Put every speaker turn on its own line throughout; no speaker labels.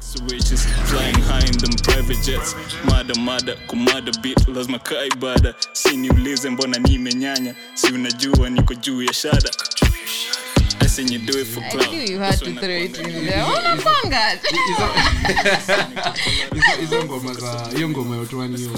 Switches flying high in them private jets mada mada kumada bit lazima kaa ibada si niulize mbona nimenyanya si unajua niko juu ya shada I seen you do it for
I
clout.
knew you had
That's
to
when I
throw it
called
in
you.
there. Unapanga.
Hizo- hizo ngoma za hiyo ngoma ya utwani hiyo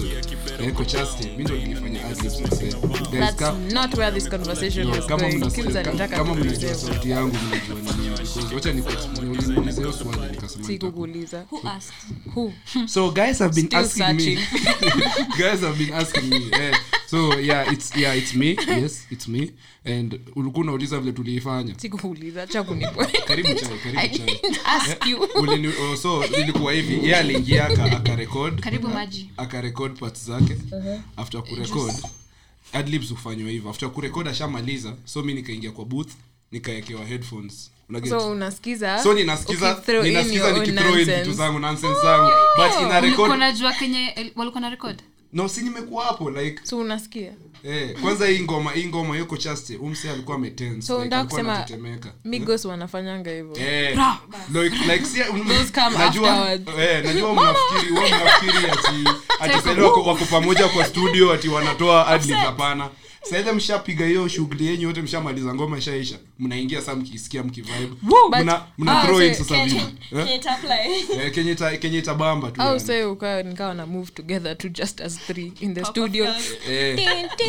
ya Eko Chaste, mimi ndo nilifanya adlibs mzee. Guys,
That's
ka-
not where this conversation
yeah,
is
kama
going.
mna-
Kibza
ka-
anataka
kama mnajua
kunisema.
sauti yangu mnajua ni nini, because wacha nikuexplain, uliniuliza hiyo swali nikasema nitakupa.
Sikukuuliza.
Who asked?
Who?
so guys have been
Still
asking me guys have been asking me eh, so yeah it's yeah it's me yes it's me and ulikuwa unauliza vile tuliifanya
Sikukuuliza. Acha kunipo-
karibu chai
I
karibu chai
didn't ask you.
Ulini, oh, so ilikuwa hivi yeye aliingia aka- akarekod
Karibu maji.
akarekod part zake
Uh-huh.
after kurekod adlibs hufanywa hivyo after kurekod ashamaliza so mi nikaingia kwa booth nikaekewa headphones Unaget?
so unasikiza
so ninasikiza
ukithrow in
ninasikiza
your own
nikithrow in vitu
nonsense. Oh,
zangu nonsense zangu but ina
Ulikuwa
record
unajua kenye el- walikuwa na record?
no si nimekuwa hapo like
so unasikia
eh, kwanza hii ngoma hii ngoma yuko chaste umse alikuwa ametense
So
like,
unataka
alikuwa
kusema-
anatetemeka
migos wanafanyanga hivyo
Eh, like- like si- un-
Those come
najua-
afterwards.
eh, najua mnafikiri- huwa mnafikiri ati- ati sahii wako wako pamoja kwa studio ati wanatoa adlib hapana saidha mshapiga hiyo shughuli yenyu yote mshamaliza ngoma ishaisha mnaingia saa mkisikia mkivibe
But-
mna, mna
ah,
throw in
so-
sasa vitu Eh? Eh, kenye ita- kenye itabamba tu
au
yani.
say ukawa nikawa na move together to just as three in the studio
Eh,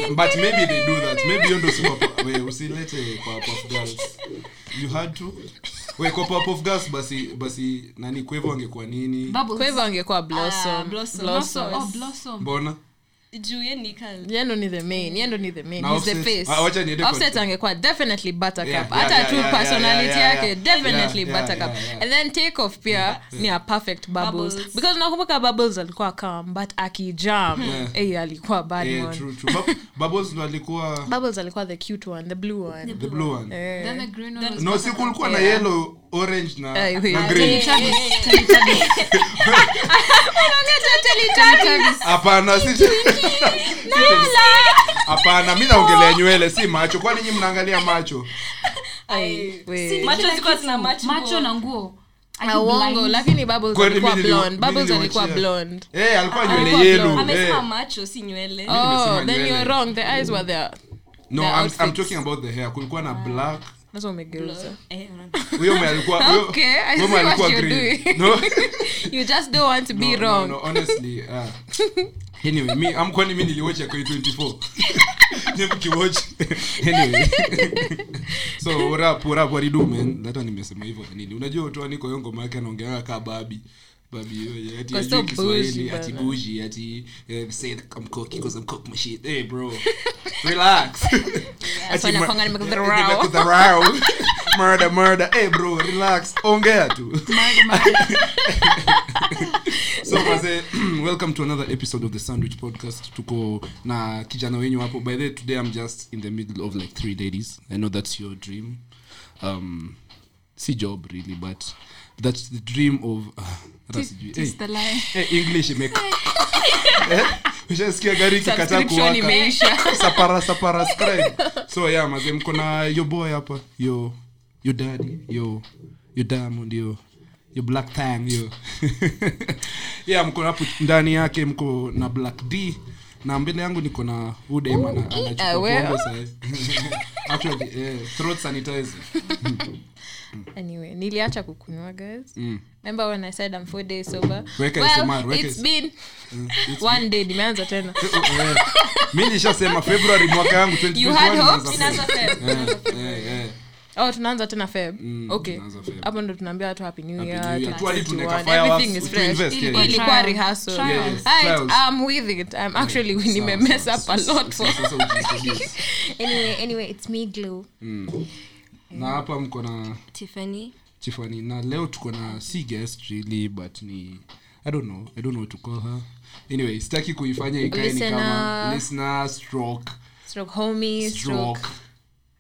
but maybe they do that maybe hiyo ndo si pop- we, usilete kwa Puff Girls. you had to we kwa Puff of girls basi basi nani kwevo angekuwa nini
Bubbles.
kwa hivyo angekuwa blossom
Blossom. Oh,
blossom
Blossom.
mbona
yendo ni the
Mm.
main yendo ni the main
Na
he's the
Offset.
face
Ah, wacha niende kwa-
offset angekuwa definitely
Yeah,
buttercup
yeah,
hata
yeah,
tu
yeah, yeah,
personality
yeah, yeah,
yake
yeah.
definitely
Yeah, yeah,
buttercup
yeah, yeah.
and then take off pia ni a perfect bubbles
Bubbles.
because nakumbuka bubbles alikuwa calm but akijam eh alikuwa bad
Eh,
one
true, true. Bub- Bubbles ndo alikuwa
bubbles alikuwa the cute one the blue one
the blue one
Then the green one was
no siku ulikuwa na yellow orange na,
Eh,
na
eh,
green
Teletubbies.
hapana si hapana mi naongelea nywele si macho kwani nyi mnaangalia macho
Ai, we.
macho zilikuwa zina macho
macho na nguo Are
Na
you
uongo
blind?
lakini bubbles
Kwani
alikuwa
mi nilio-
blonde
mi
bubbles alikuwa
niliwachia.
blonde
Eh, alikuwa nywele
Ah, alikuwa
yellow
blonde.
eh.
amesema macho si nywele
oh
nimesema
then
nywele.
you're wrong the eyes were there
no
the
I'm, I'm
outfits.
talking about the hair kulikuwa na black
nazo umegeuza
Eh, una-
huyo mwe alikuwa huyo-
Okay, I
huyo mwe
see what
alikuwa
you're
green.
doing.
no
you just don't want to be
no,
wrong
No, no, honestly, uh, anyway, mi am kwani mi niliwacha kwa 24. Nimkiwatch. anyway. so rap rap what you do man? Hata nimesema hivyo kwa nini? Unajua watu niko yongo maana anaongeanga ka babi. Babi yoye, ati
Kwa
ajui
so
Kiswahili,
bougie
ati
bana.
bougie, ati eh, say that I'm cocky because I'm cock my shit. Hey bro. Relax.
so
ma-
nakuanga nimekudharau.
eh, nimekudharau. Murder, murder. Hey bro, relax. Ongea tu. so maze welcome to another episode of the sandwich podcast tuko na kijana wenyu hapo by the way, today i'm just in the middle of like three ladies i know that's your dream um si job really but that's the dream of ah, hata sijui.
Tis the lie.
Eh, eh, english imeka Eh, ushasikia gari ikikataa
Subscription
kuwaka.
imeisha.
Sapara, sapara, subscribe. so yeah maze mko na yo boy hapa yo yo daddy yo yo diamond yo yo black tang yo yeah mko hapo ndani yake mko na black d na mbele yangu niko na udem ana- anachukua
ah, well.
pombe sahi. Actually, eh, throat sanitizer.
anyway niliacha kukunywa guys remember when i said i'm four days sober
Mm. Weka
well
SMR, weka Mm,
it's
S-
been one day nimeanza tena
Eh, mi nishasema february mwaka yangu
You had
2021
hopes?
inaanza
Inaanza Feb.
Feb. Eh, eh, eh.
oh tunaanza tena feb okay
Mm, tunaanza Feb.
hapo ndo tunaambia watu happy new
Happy
year
New Year. Tu hadi tunaweka
2021.
fireworks,
Everything is
we
fresh.
invest, yeah,
Ilikuwa
yeah.
ilikuwa rehearsal
Trials.
Yeah, yeah.
Alright,
Trials.
I'm with it. I'm actually nime mess up a lot for
Sasa ujiintroduce.
anyway. Anyway, it's me, Glow.
na hapa mko na
Tiffany.
Tiffany na leo tuko na si guest really but ni I don't know I don't know what to call her anyway sitaki kuifanya ikae ni kama
Listener.
listener stroke
Stroke homie, stroke.
stroke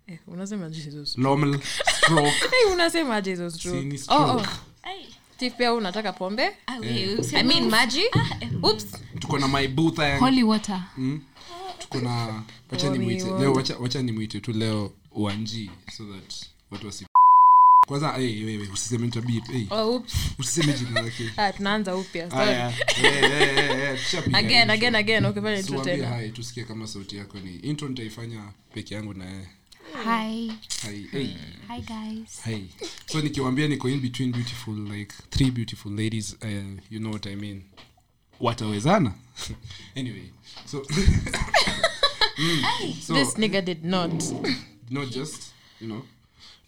Eh, unasema Jesus.
lomel stroke
Hey, unasema Jesus
Si ni
stroke.
stroke.
Oh, oh. Tiff pia unataka pombe?
Ah,
Eh.
we-
I
useme-
mean maji. Oops.
tuko na my booth and
Holy water.
tuko na wacha
Holy
nimuite
water.
leo wacha wacha nimuite tu leo wanji so that watu wasi kwanza hey, wewe usiseme nitabip hey,
Oh, oops.
usiseme jina lake
Ah, tunaanza upya sorry.
Aya, eh, eh, eh, eh, tushapiga
again
intro.
again again ukifanya
So
intro
waambie
tena
hi, tusikie kama sauti yako ni intro nitaifanya peke yangu na yeye
hi
Hi, hey,
hi guys
hi. so nikiwambia niko in between beautiful like three beautiful ladies uh, you know what i mean watawezana anyway so, Mm, so
this nigga did not
not just you know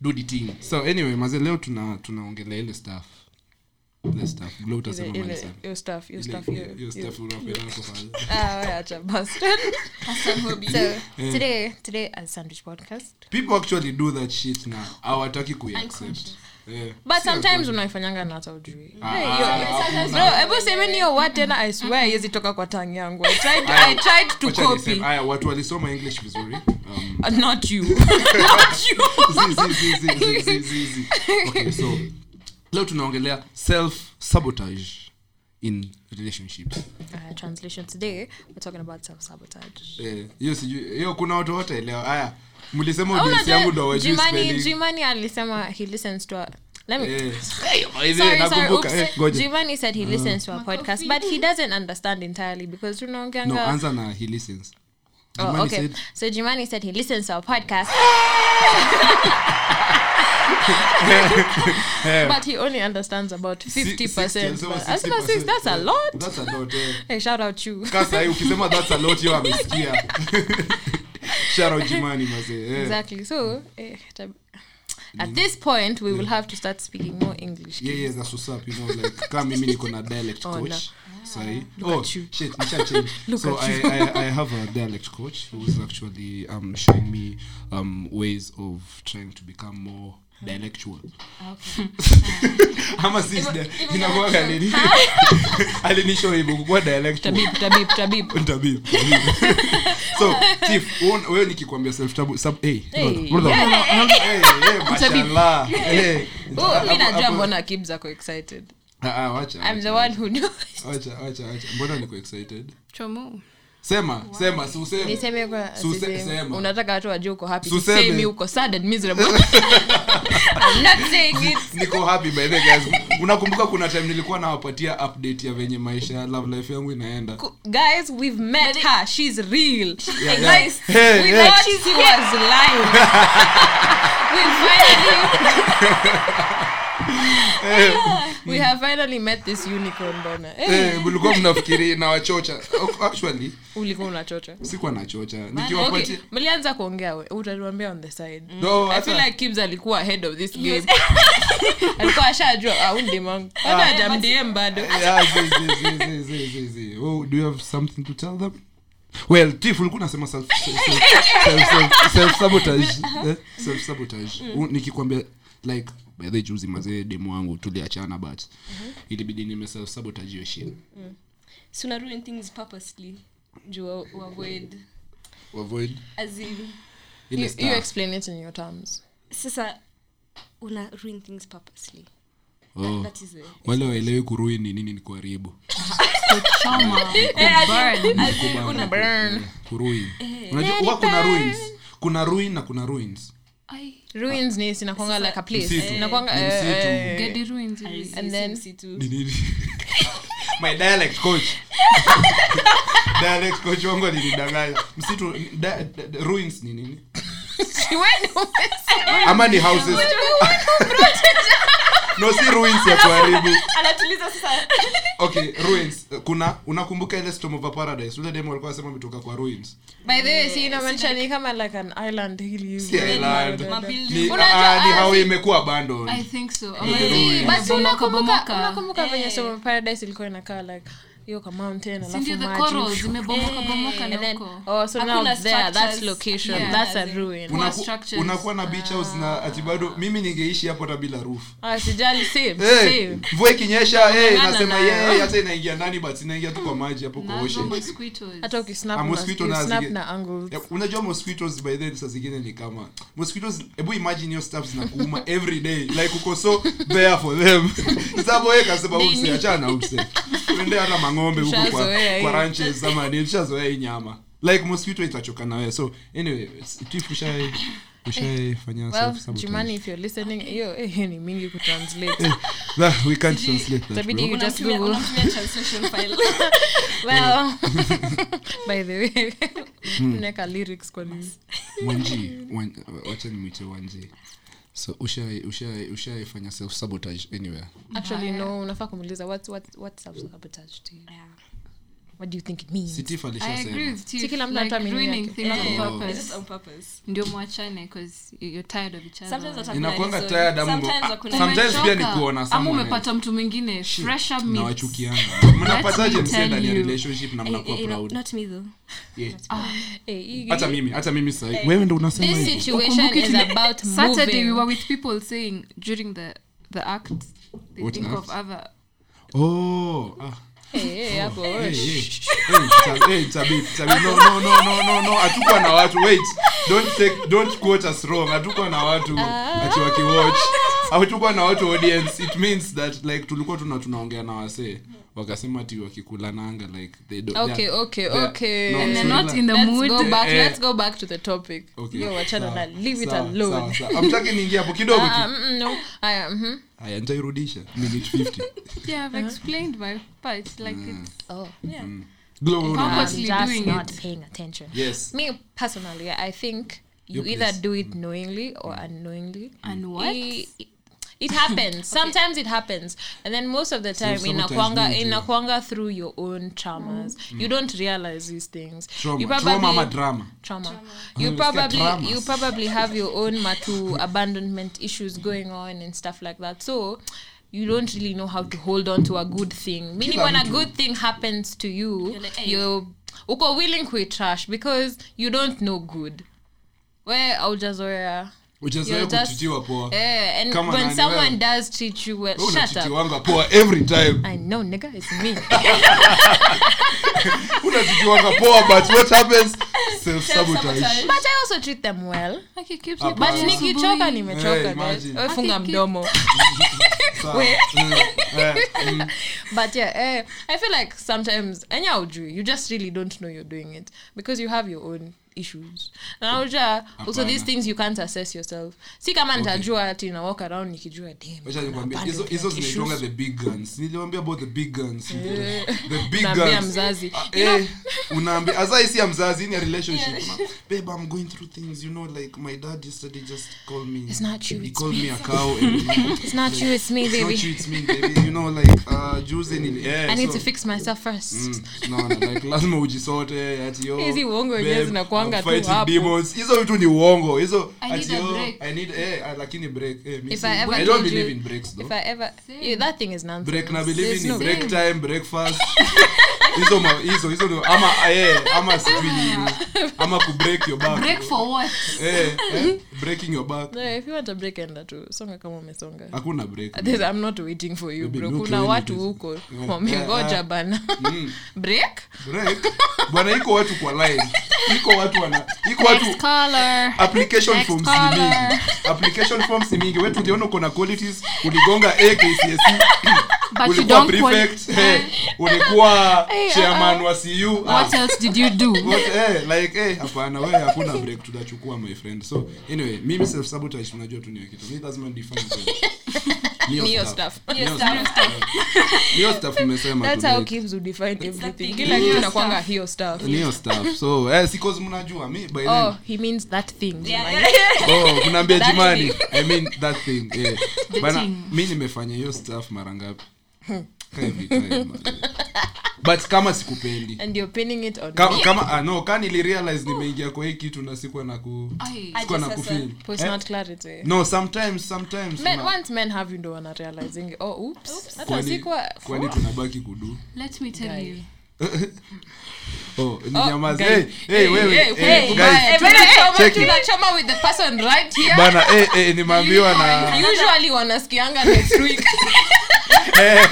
do the thing so anyway maze leo tuna tunaongelea ile stuff ile stuff glow utasema
Ile-
mali
ile-
sana
your stuff your
Ile-
stuff
hiyo-
your-
hiyo
your-
stuff unapenda hapo pale.
Ah, wewe acha bastard. So,
Eh.
today today as sandwich podcast
people actually do that shit na hawataki kuiaccept yeah.
but sometimes unaifanyanga na hata ujui
Ah,
Hey,
ah,
yo-
ah,
Bro, hebu semeni hiyo word tena i swear haiwezi toka kwa tangi yangu i tried,
ah,
I tried to
Wacha niseme-
copy
Aya, watu walisoma english vizuri um,
Uh, not you not you
zi- zi- zi- zi- zi- zi- zi. Okay, so leo tunaongelea self sabotage in relationships
uh, translation today we're talking about self sabotage
Eh, hiyo sijui hiyo kuna watu wataelewa haya mlisema audience yangu ndo wajui spelling.
jimani alisema he listens to a, let me
Eh.
Sorry,
Eh,
sorry,
nakumbuka.
oops.
Eh, ngoja.
Jimani said he listens to our podcast, but he doesn't understand entirely because tunaongeanga.
no anza na he listens
oh,
Jimani
okay.
said-
So Jimani said he listens to our podcast, but he only understands about fifty percent.
sixty, so
Asina
60%,
six, that's a
eh,
lot.
that's a lot, eh.
Hey, shout out you.
Kaa sahi ukisema that's a lot hiyo amesikia Shout out Jimani, mazee, eh.
Exactly. So eh, tab- at this point, we will have to start speaking more English.
Mm. Yeah, yeah, that's what's up, you know, like, kaa mimi niko na dialect
Oh,
coach
no.
sahi oh
at you.
shit nisha change
Look
so
at
I,
you.
I, i have a dialect coach who's actually um, showing me um, ways of trying to become more dialectual ama sinakuaga nini alinisho hivyo kukuwa dialectual
Tabib, tabib, tabib.
Tabib, tabib. so chief uon- wewe nikikwambia self tabu sub hey,
Hey,
brother,
yeah,
brother. Hey, hey, mashallah. Hey.
Oh, mi
Hapo-
najua
hapo-
mbona kibs ako excited.
Ah, ah, wacha,
I'm the
wacha,
one who knows.
wacha, wacha, wacha. mbona niko excited
chomo
sema sema si useme.
niseme kwa
Suse-
sisemi.
sema.
unataka watu wajue uko happy
Suseme.
sisemi uko sad and miserable I'm not saying it
niko happy by the way, guys unakumbuka kuna time nilikuwa nawapatia update ya venye maisha ya love life yangu inaenda
Ku- guys we've met her she's real
Yeah,
And
yeah.
guys
Hey,
we
hey.
thought she was lying we finally we have finally met this unicorn bona hey,
Eh, mlikuwa mnafikiri nawachocha actually
ulikuwa unachocha
sikuwa nachocha
okay
nikiwapatia
mlianza kuongea we utatuambia on the side
No,
i feel
hata-
like kibs alikuwa ahead of this game alikuwa ashajua aundimangu
Ah.
hata ajamdm bado
Yeah, zi, zi, zi, zi, zi, zi, zi. Oh, do you have something to tell them? Well, Tiff, ulikuwa unasema self- self- self- self- self-sabotage, eh? Self-sabotage. U- nikikwambia like by the juzi mazee demu wangu tuliachana but ilibidi nime self sabotage hiyo shit
Si una ruin things purposely juu wa- uavoid.
avoid
As in,
ile
you, you
stuff.
explain it in your terms
sasa una ruin things purposely
Oh.
that is the
wale waelewi kuruin ni nini ni kuharibu
choma
Kubana, ku- eh, kuruin unajua huwa kuna ruins kuna ruin na kuna ruins
ai
ruins ni sinakwanga like a place
Msitu.
inakwanga
Ni
eh,
msitu.
eh,
get the ruins really.
and then
Ni nini? my dialect coach dialect coach wangu alinidanganya msitu da, da, da, ruins ni nini
Wewe ndio umesema.
ama ni houses no si ruins ya kuharibu
anatuliza sasa
okay ruins kuna unakumbuka ile storm of a paradise ule demo alikuwa anasema ametoka kwa ruins
by the way si inamaanisha ni kama like an island hill hivi.
si island
Mabuilding.
ni,
Unajua,
ah, ni
ah,
how
si-
imekuwa abandoned
i think so
Si, but si
Bomoka,
unakumbuka-
bomoka.
unakumbuka venye
Eh.
Storm of Paradise ilikuwa inakaa like hiyo ka mountain
Si ndio
alafu
the
maji. Eh,
corals zimebomoka bomoka
And
na
then-
huko
oh, so now
Hakuna
it's there, that's
structures.
location,
Yeah.
that's a ruin.
Una-
Unaku-
structures.
unakuwa na beach house na ati bado mimi ningeishi hapo hata bila roof
Ah, sijali, same,
Hey,
same.
mvua ikinyesha hey,
Kulingana na-
nasema yeye hata inaingia ndani but inaingia tu kwa maji hapo kwa
nazo
ocean
mosquitoes
hata ukisnap
Ah,
una-
mosquito
you
na
snap
zige-
na angles.
Ya, unajua mosquitoes by then saa zingine ni kama mosquitoes hebu imagine hiyo stuff zinakuuma every day like uko so there for them sababu wewe kasema
Nini?
umse achana na umse uende hata mang'ombe huko kwa
Ushazoea hii.
kwa ranches ama ni ushazoea hii nyama like mosquito itachoka na wewe so anyway it's- tifu shai ushaifanya
well
self-sabotage.
jumani if you're listening hiyo hiyo ni mingi kutranslate
Eh, that- we can't translate that,
Itabidi
bro.
you just
Unamtumia-
google
unamtumia translation file.
well
eh.
by the way
Hmm.
unaweka lyrics kwa nini
wanji wan- wacha nimwite wanji so ushai- ushai- ushaifanya self sabotage anywhere
actually no unafaa kumuuliza what what what sabotage to you what do you think it means
sitifa
I agree
alishasema
with Tiff,
Si kila mtu
like,
hata mimi
ruining
yake.
things on
Eh.
Oh.
purpose.
Just on purpose.
ndio mwachane 'cause you- you're tired of each other.
Sometimes hata kuna
inakwanga
reason.
tired ama
Sometimes
Ah,
hakuna
sometimes
reason.
Umechoka,
pia ni kuona
ama
someone
umepata mtu mwingine fresh up meets.
nawachukiana
Let
mnapataje
me
msee ndani ya
tell you.
relationship na mnakuwa
Eh, eh,
proud
not me though.
Yeah.
Eh, hii-
hata mimi hata mimi sahi wewe ndo unasema
this
hivyo
situation
Ukumbuki
is
tuli-
about
Saturday we
moving.
were with people saying during the the act they
What
think
act?
of other
oh ah
Eh, eh, hapo
Hey, hey. Hey, Tabi- hey, Tabi- Tabi, no, no, no, no, no, no. hatukuwa na watu wait don't take, don't quote us wrong hatukuwa na watu ati wakiwatch hatukuwa na watu audience it means that like tulikuwa tuna tunaongea na wasee wakasema ti wakikula nanga like they don't,
Okay,
they are-
okay,
they are-
okay.
no,
And
they're
so
not
relax.
in the
Let's
mood.
go back-
Eh.
let's go back to the topic.
Okay,
Yo, wachana
sawa,
na leave it
sawa, sawa,
alone.
sawa. Hamtaki niingie hapo kidogo
Ah,
tu
mm, no. Aya, mhm.
aya nitairudisha minute 50
yeah I've explained my part like
Mm.
it's
Oh.
Glow, unaona?
I'm
Purposely
just
doing
not
it.
paying attention.
yes Mm.
Me personally, I think you
You
either
please.
do it knowingly or unknowingly.
and what
I- it happens sometimes it happens and then most of the time
Self-sabotage
inakwanga
means you-
inakwanga through your own traumas you don't realize these things you
Mm. trauma
probably
trauma ama drama
trauma. you
Unasikia
probably
traumas.
you probably have your own matu abandonment issues going on and stuff like that so you don't really know how to hold on to a good thing meaning
Kila
when a
mtu.
good thing happens to you
You're like, "Hey."
you uko willing kuitrash because you don't know good we aujazoea
uchezoe
You're just-
kutitiwa poa
Eh, and
Kama
when
nani
someone
wewe.
does treat you well,
Wewe
shut up.
unatitiwanga poa every time
I know, nigga, it's me.
unatitiwanga poa but what happens self sabotage
Self-sabotage.
but I also treat them well.
like it keeps
Hapana.
But
Yeah.
nikichoka nimechoka,
Ah. Hey,
guys.
imagine.
Wewe funga
Aki-
mdomo.
Mm, eh,
But yeah, eh, I feel like sometimes any aujui, you just really don't know you're doing it because you have your own issues. And aujua, also
Hapana.
these things you can't assess yourself. Si kama nitajua ati na walk around nikijua damn.
hizo zinaitwanga the big guns niliwambia about the big guns the
Eh.
big
Naambia
guns
mzazi.
Ah, eh, unaambia as i see ya mzazi ni a relationship ma, babe i'm going through things you know like my dad yesterday just called me
It's not you,
he
it's
called me a cow and you know,
It's not you, it's me,
it's not
baby. Mm.
you it's me baby you know like uh juice and yeah
I need to
so-
fix myself first.
Mm, no, no, like, lazima ujisote ati yo,
Hizi uongo
babe,
wenyewe zinakuanga
I'm
tu
fighting
hapo.
demons. hizo vitu ni uongo hizo
I need
ati
a
yo,
break.
I need- eh, ah, lakini break, eh, mi
If
si-
I ever
I
told
don't believe
you-
in breaks, though.
If I ever yeah, that thing is nonsense.
break na
There's
believe
no-
ni break time breakfast hizo ma- hizo hizo ndio- ama eh, ama sijui nini. ama kubreak your back
break for what
Eh, eh, breaking your back
No, if you want a break enda tu songa kama umesonga
hakuna break
There's- i'm not waiting for you
Maybe
bro
look
kuna
really
watu
busy.
huko
Yeah.
wamengoja bana
Mm.
break
break bwana iko watu kwa line iko watu wana iko watu
next caller
application
Next
forms ni
caller.
mingi application forms ni mingi wetu uliona uko na qualities uligonga akcsc
but you
E. ulikuwa
don't quali-
prefect eh, ulikuwa chairman wa cu
what
ah,
else did you do
what, eh, like eh, hapana wewe hakuna break tutachukua my friend so anyway mimi self sabotage unajua tu ni kitu mimi lazima define
Ni your stuff.
hiyo stuff umesema
that's
tu,
how
like,
kids will define everything kila kitu nakwanga hiyo stuff
ni hiyo stuff so eh, si cause mnajua mi by then
oh he means that thing
Yeah,
Jimani.
yeah, yeah.
oh unaambia
That
jimani i mean that thing yeah. bana
thing.
mi nimefanya hiyo stuff mara ngapi Ka every time, man. but kama sikupendi
and you're pinning it on
kama,
me.
kama ah, no ka nilirealize nimeingia kwa hii kitu na sikuwa na ku
Ah,
Ai.
sikuwa na
Aje sasa.
kufeel.
Post
Eh?
not clarity
no sometimes sometimes
men,
una-
once men have you ndo wana realizing oh oops, hata
kwani
sikuwa
kwani tunabaki kudu
let me tell you
oh ni
Oh,
nyamazi.
guy.
hey, hey, wewe,
Hey,
hey,
hey,
guys,
bye. Tunachoma-
check it.
tunachoma with the person right here
bana hey, hey, nimeambiwa na
usually wanaskianga next week
Eh,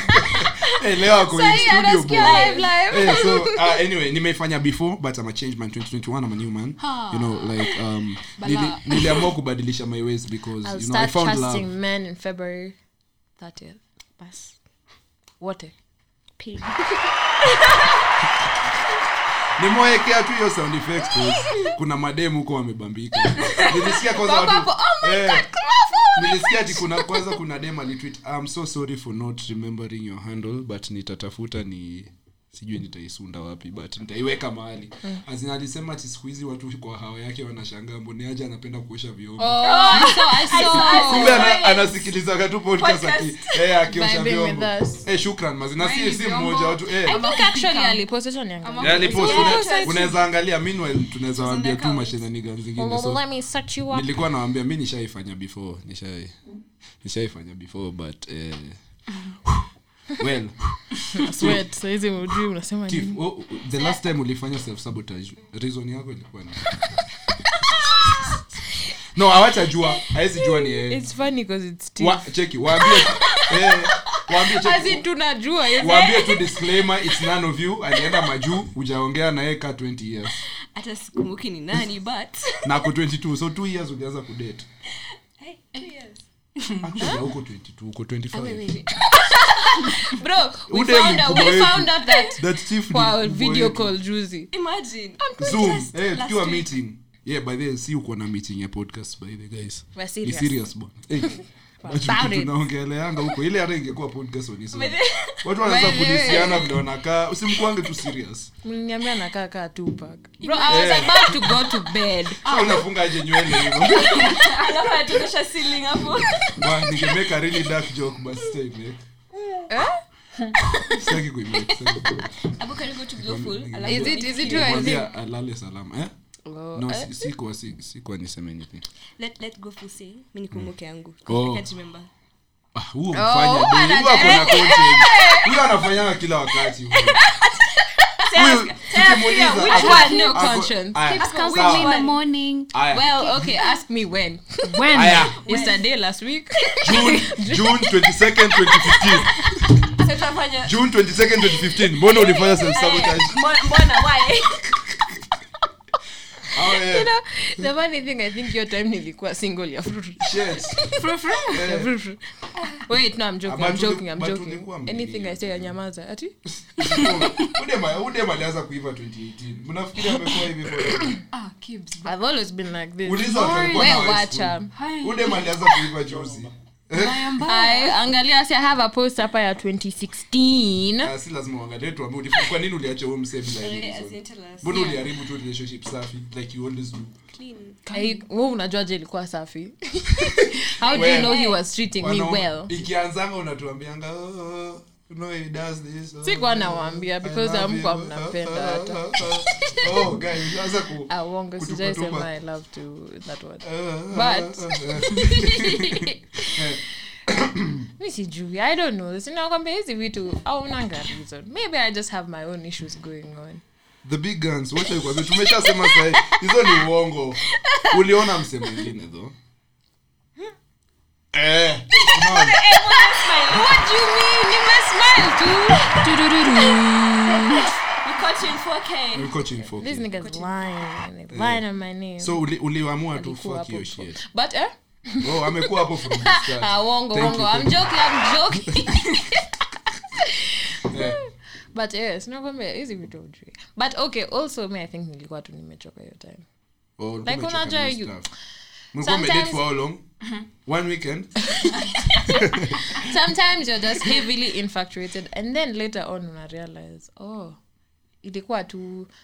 eh, leo ako in
Sahi
studio
anasikia
boy.
live, live.
Eh, so, uh, anyway, nimefanya before but I'm a change man 2021 I'm a new man you know like um nili- niliamua kubadilisha my ways because
I'll
you know I
start
found
trusting
love
men in February 30th. Bas. Wote.
nimewekea tu hiyo sound effects please. kuna mademu huko wamebambika nilisikia kwanza
Baba
watu
hapo, oh my
Eh,
God, Clover!
nilisikia ati kuna kwanza kuna dem alitweet i'm so sorry for not remembering your handle but nitatafuta ni sijui nitaisunda wapi but nitaiweka mahali
Hmm.
azin alisema ati siku hizi watu kwa hawa yake wanashangaa mbone aje anapenda kuosha vyombo
Oh,
Oh,
kumbe ana, anasikilizaga tu podcast aki- eh, akiosha
Vibing with
vyombo
us.
Eh, shukran mazina si
Mine
si
vyombo.
mmoja watu eh.
Ama-
Yaani post,
Yeah,
una-
post.
unaweza angalia meanwhile tunaweza waambia tu
account.
mashenanigan zingine so nilikuwa nawambia mi nishaifanya before nishai nishaifanya before but eh, well Tiff, oh, the last time ulifanya self sabotage reason yako ilikuwa ni no awacha jua hawezi jua ni yeye. eh. wa, cheki waambie eh, waambie cheki
tunajua yes.
waambie tu disclaimer it's none of you alienda majuu hujaongea na yeye ka 20 years
hata sikumbuki ni nani but
na ako 22 so 2 years ulianza kudate
Eh.
Actually, hauko 22 uko
Ah,
25
bro we
Udemu
found out, we
kubwa
found out that
That chief ni
kwa
mkubwa
video
wetu.
call juzi
imagine
Zoom.
Just
Eh,
last
tukiwa
week.
meeting yeah by the way, si uko na meeting ya podcast by the guys
We're
Be
serious.
serious bwana Eh, watu
about
kitu
it.
tunaongeleanga huko ile hata ingekuwa podcast waniso
By the-
watu wanaanza
By the way.
kudisiana vile wanakaa usimkuange tu serious
mliniambia nakaa kaa tupak bro i was about to go to bed
Ah.
Sasa unafunga aje nywele hivyo
Alafu anatuonyesha ceiling hapo
Wa, ningemake a really dark joke but stay
Eh?
sitaki kuimake sitaki kuimake.
Hapo karibu tu blowful, alafu
Is it- is it
nifikirie.
I
Mwambia alale salama eh
Oh,
no
eh.
si- sikuwa si- sikuwa niseme anything
Let- let go for say. Mi nikumbuke
Hmm.
yangu
Oh.
I can't remember.
Ah, huo
Oh, huo
mfanya dei, huo ako na content. Huyo anafanyanga kila wakati huyo. Huyo, ukimuuliza,
which
ako-
one? No
ako-
conscience.
aya,
Keeps
sawa.
coming in the morning.
Aya,
well okay ask me when
When?
aya,
yesterday last week
June- June 22nd, 2015.
Sasa tutafanya-
June 22nd, 2015. mbona ulifanya self-sabotage?
Mbona- mbona, why?
Ah, yeah.
You know, the funny thing i think your time nilikuwa single ya fruru
Shit.
Ya fruru. wait no i'm joking
Ah,
i'm
but
joking i'm
but
joking
ulikuwa mgeni.
anything i say anyamaza ati
Udema- Udema alianza kuiva 2018 mnafikiri amekuwa hivi for-
Ah, Kibs.
i've always been like this
Uliza watu walikuwa
we
na high
wacha
school.
Hi.
Udema alianza kuiva juzi
Hi, angalia si i have a post hapa ya 2016
Ah, si lazima uangalie tuambie ulif- kwa nini uliacha huo msee bila hii
Eh, As
reason?
in, tell us.
mbona uliharibu tu relationship safi like you always do
Clean.
Ai, wewe unajuaje ilikuwa safi how do you know he was treating me
Wanaume-
well
ikianzanga unatuambianga "Oh, oh, no, he does this, oh,
sikuwa nawaambia
I
because
love you,
amkwa
oh,
mnapenda
oh,
hata
oh, oh, oh. Oh, guys, unaanza ku-
Ah, uongo
Kutupa
sijai
tupa.
sema i love to that word
Oh, oh, oh,
But-
oh, oh.
mi sijui i don't know sinakwambia hizi vitu aunanga reason maybe i just have my own issues going on
the big guns wacha nikwambie, tumeshasema sahi hizo ni uongo uliona msee mwingine tho
Hmm?
Eh, unaona?
what do you mean nimesmile tu
We caught you in 4K.
Niko chini for
this
kid.
nigga's lying They're lying on my name
so uli- uliamua tu
Alikuwa
fuck
hapo
hiyo
for-
shit
but eh
Oh, amekuwa hapo from the start.
ah uongo
Thank
uongo
you,
i'm
thank you.
joking i'm joking
Eh.
but yes nakwambia hizi vitu ujui but okay also me i think nilikuwa tu nimechoka hiyo time
Oh, ulikuwa
Like,
umechoka
unajua
na
you-
stuff. Mlikuwa mmedate
Sometimes- Mm-hmm.
for how long? One weekend?
sometimes you're just heavily infatuated and then later on una realize oh ilikuwa tu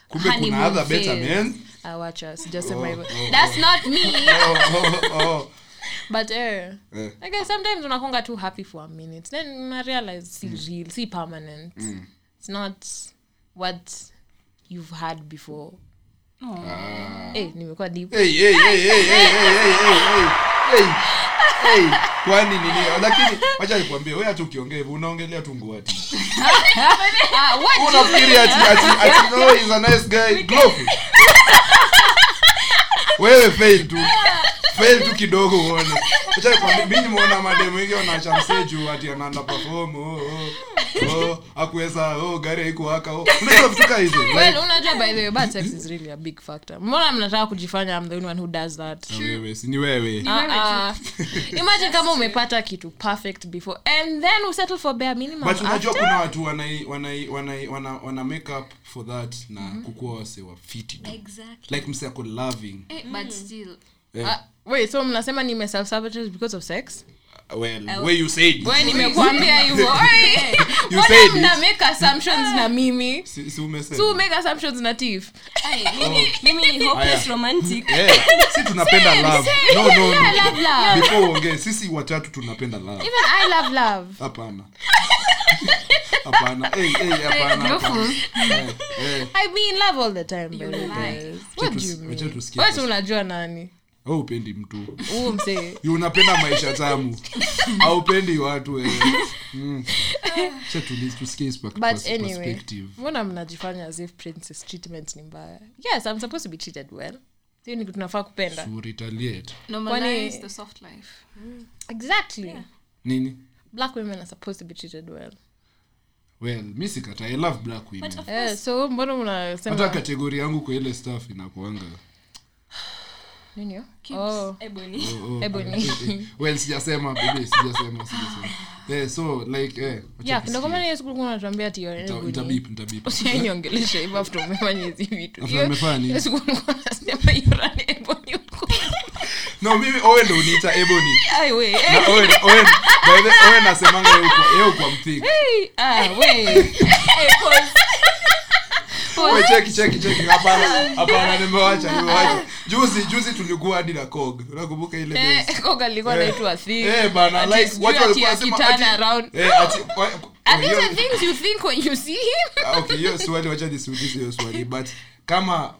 Kumbe kuna
honeymoon
other better
phase.
men.
Ah, wacha sijasema
Oh,
hivyo
oh,
that's not me
Oh, oh, oh.
but eh
Eh.
okay, sometimes unakonga too happy for a minute then una realize si
Mm.
real si permanent it's not what you've had before
Ah.
eh nimekuwa deep
Hey, hey, hey, hey, hey, hey, hey, hey, hey, hey. Hey, kwani nini lakini wacha nikwambie wewe hata ukiongea hivi unaongelea tu nguati
ah what
unafikiri ati ati ati no he's a nice guy Glofu. wewe fail tu fail tu kidogo uone acha kwa mimi nimeona mademu wengi wanachamse juu ati anaanda perform oh oh oh akuweza oh gari haikuwaka oh unajua vitu kama hizo
Well,
like
unajua by the way bad sex is really a big factor mbona mnataka kujifanya I'm the only one who does that
wewe si ni wewe
Ah, ah. imagine kama umepata kitu perfect before and then usettle for bare minimum
but unajua
after.
kuna watu wanai wanai wanai wana, wana make up for that na kukuwa wase wa fiti tu
Exactly.
like mse ako loving
but still
eh,
Ah, wait so mnasema nime self sabotage because of sex
well where you said
we nimekuambia hivyo Oi!
You
Mbona
said it.
mna make assumptions na mimi
si, si umesema
so make assumptions na tif
Ay, mimi- mimi ni hopeless romantic.
Eh, si tunapenda love no no
I
no
love love
before uongee sisi watatu tunapenda love
even I love love
hapana hapana hey, hey, hapana hapana.
no fool.
Eh, eh,
I be in love all the time by the way. What do you
tus- wacha
mean?
tusikie
Wewe
kwa-
si unajua nani
wewe Oh, upendi mtu
huo msee
Yu unapenda maisha tamu aupendi watu wewe. Mm. Acha tuli- tusikie his pers-
Ah. but
pers-
anyway
perspective.
mbona mnajifanya as if princess treatment ni mbaya yes i'm supposed to be treated well hiyo ni kitu nafaa kupenda
To retaliate.
normalize the soft life
exactly
nini
black women are supposed to be treated well
well mi sikata i love black women
But of
eh,
course,
so mbona
hata
mnasema
kategori yangu kwa ile staff inakuanga
nini yo?
Kibs,
oh
Ebony.
oh, oh,
Ebony.
eh, eh, well sijasema baby sijasema sijasema eh, so like eh, wacha
yeah
tusikie.
ndio kama ni siku kuna tuambia ti
Nita-
yoni
nitabip nitabip
niongelesha hivyo after umefanya hizi vitu
After umefanya nini?
siku kuna nasema yurani ebony uko
no mimi owen ndo uniita ebony
ai we eh,
Na Owen- Owen- by the way, owen asemanga yeye uko- yeye uko mthick.
ah we
Owen, cheki cheki cheki hapana hapana nimewacha nimewacha juzi juzi tulikuwa hadi na kog unakumbuka ile base?
Eh, koga alikuwa
Eh.
anaitwa thing
Eh, bana,
Ati
like,
sijui
watu
ati
walikuwa wanasema,
akitana
ati-
around.
Eh, ati- wa-
Are
hiyo-
these the things you think when you see him?
Ah, okay hiyo swali wacha nisiulize hiyo swali but kama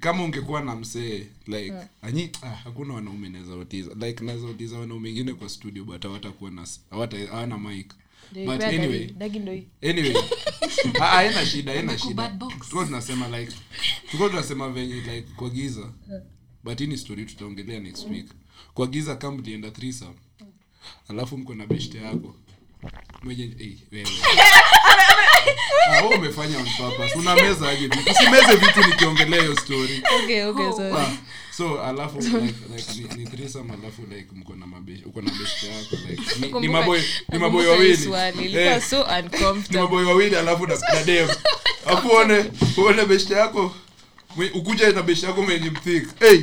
kama ungekuwa na msee
Hmm.
like anyi ah, hakuna wanaume naweza utiza like naweza utiza wanaume wengine kwa studio but hawatakuwa na s- hawata- hawana mic but anyway anyway Ah, ah, haina shida haina shida
bad box.
tulikuwa tunasema like tulikuwa tunasema venye like kwa giza but hii ni story tutaongelea next week kwa giza kama mlienda threesome alafu mko na beshte yako mwenye eh, wewe Ah, wewe umefanya on purpose unameza aje vitu usimeze vitu nikiongelea hiyo story
Okay, okay, sorry.
Ah, so alafu like, like, ni, ni threesome alafu like mko na mabesh uko na beshte yako like ni, ni
Kumbuka-
maboy ni maboy
nakumbuka hii
wawili
swali,
Eh
ilikuwa so
ni
uncomfortable.
maboy wawili alafu na na dem afu uone uone beshte yako mwe- ukuje na beshte yako mwenye mthik hey,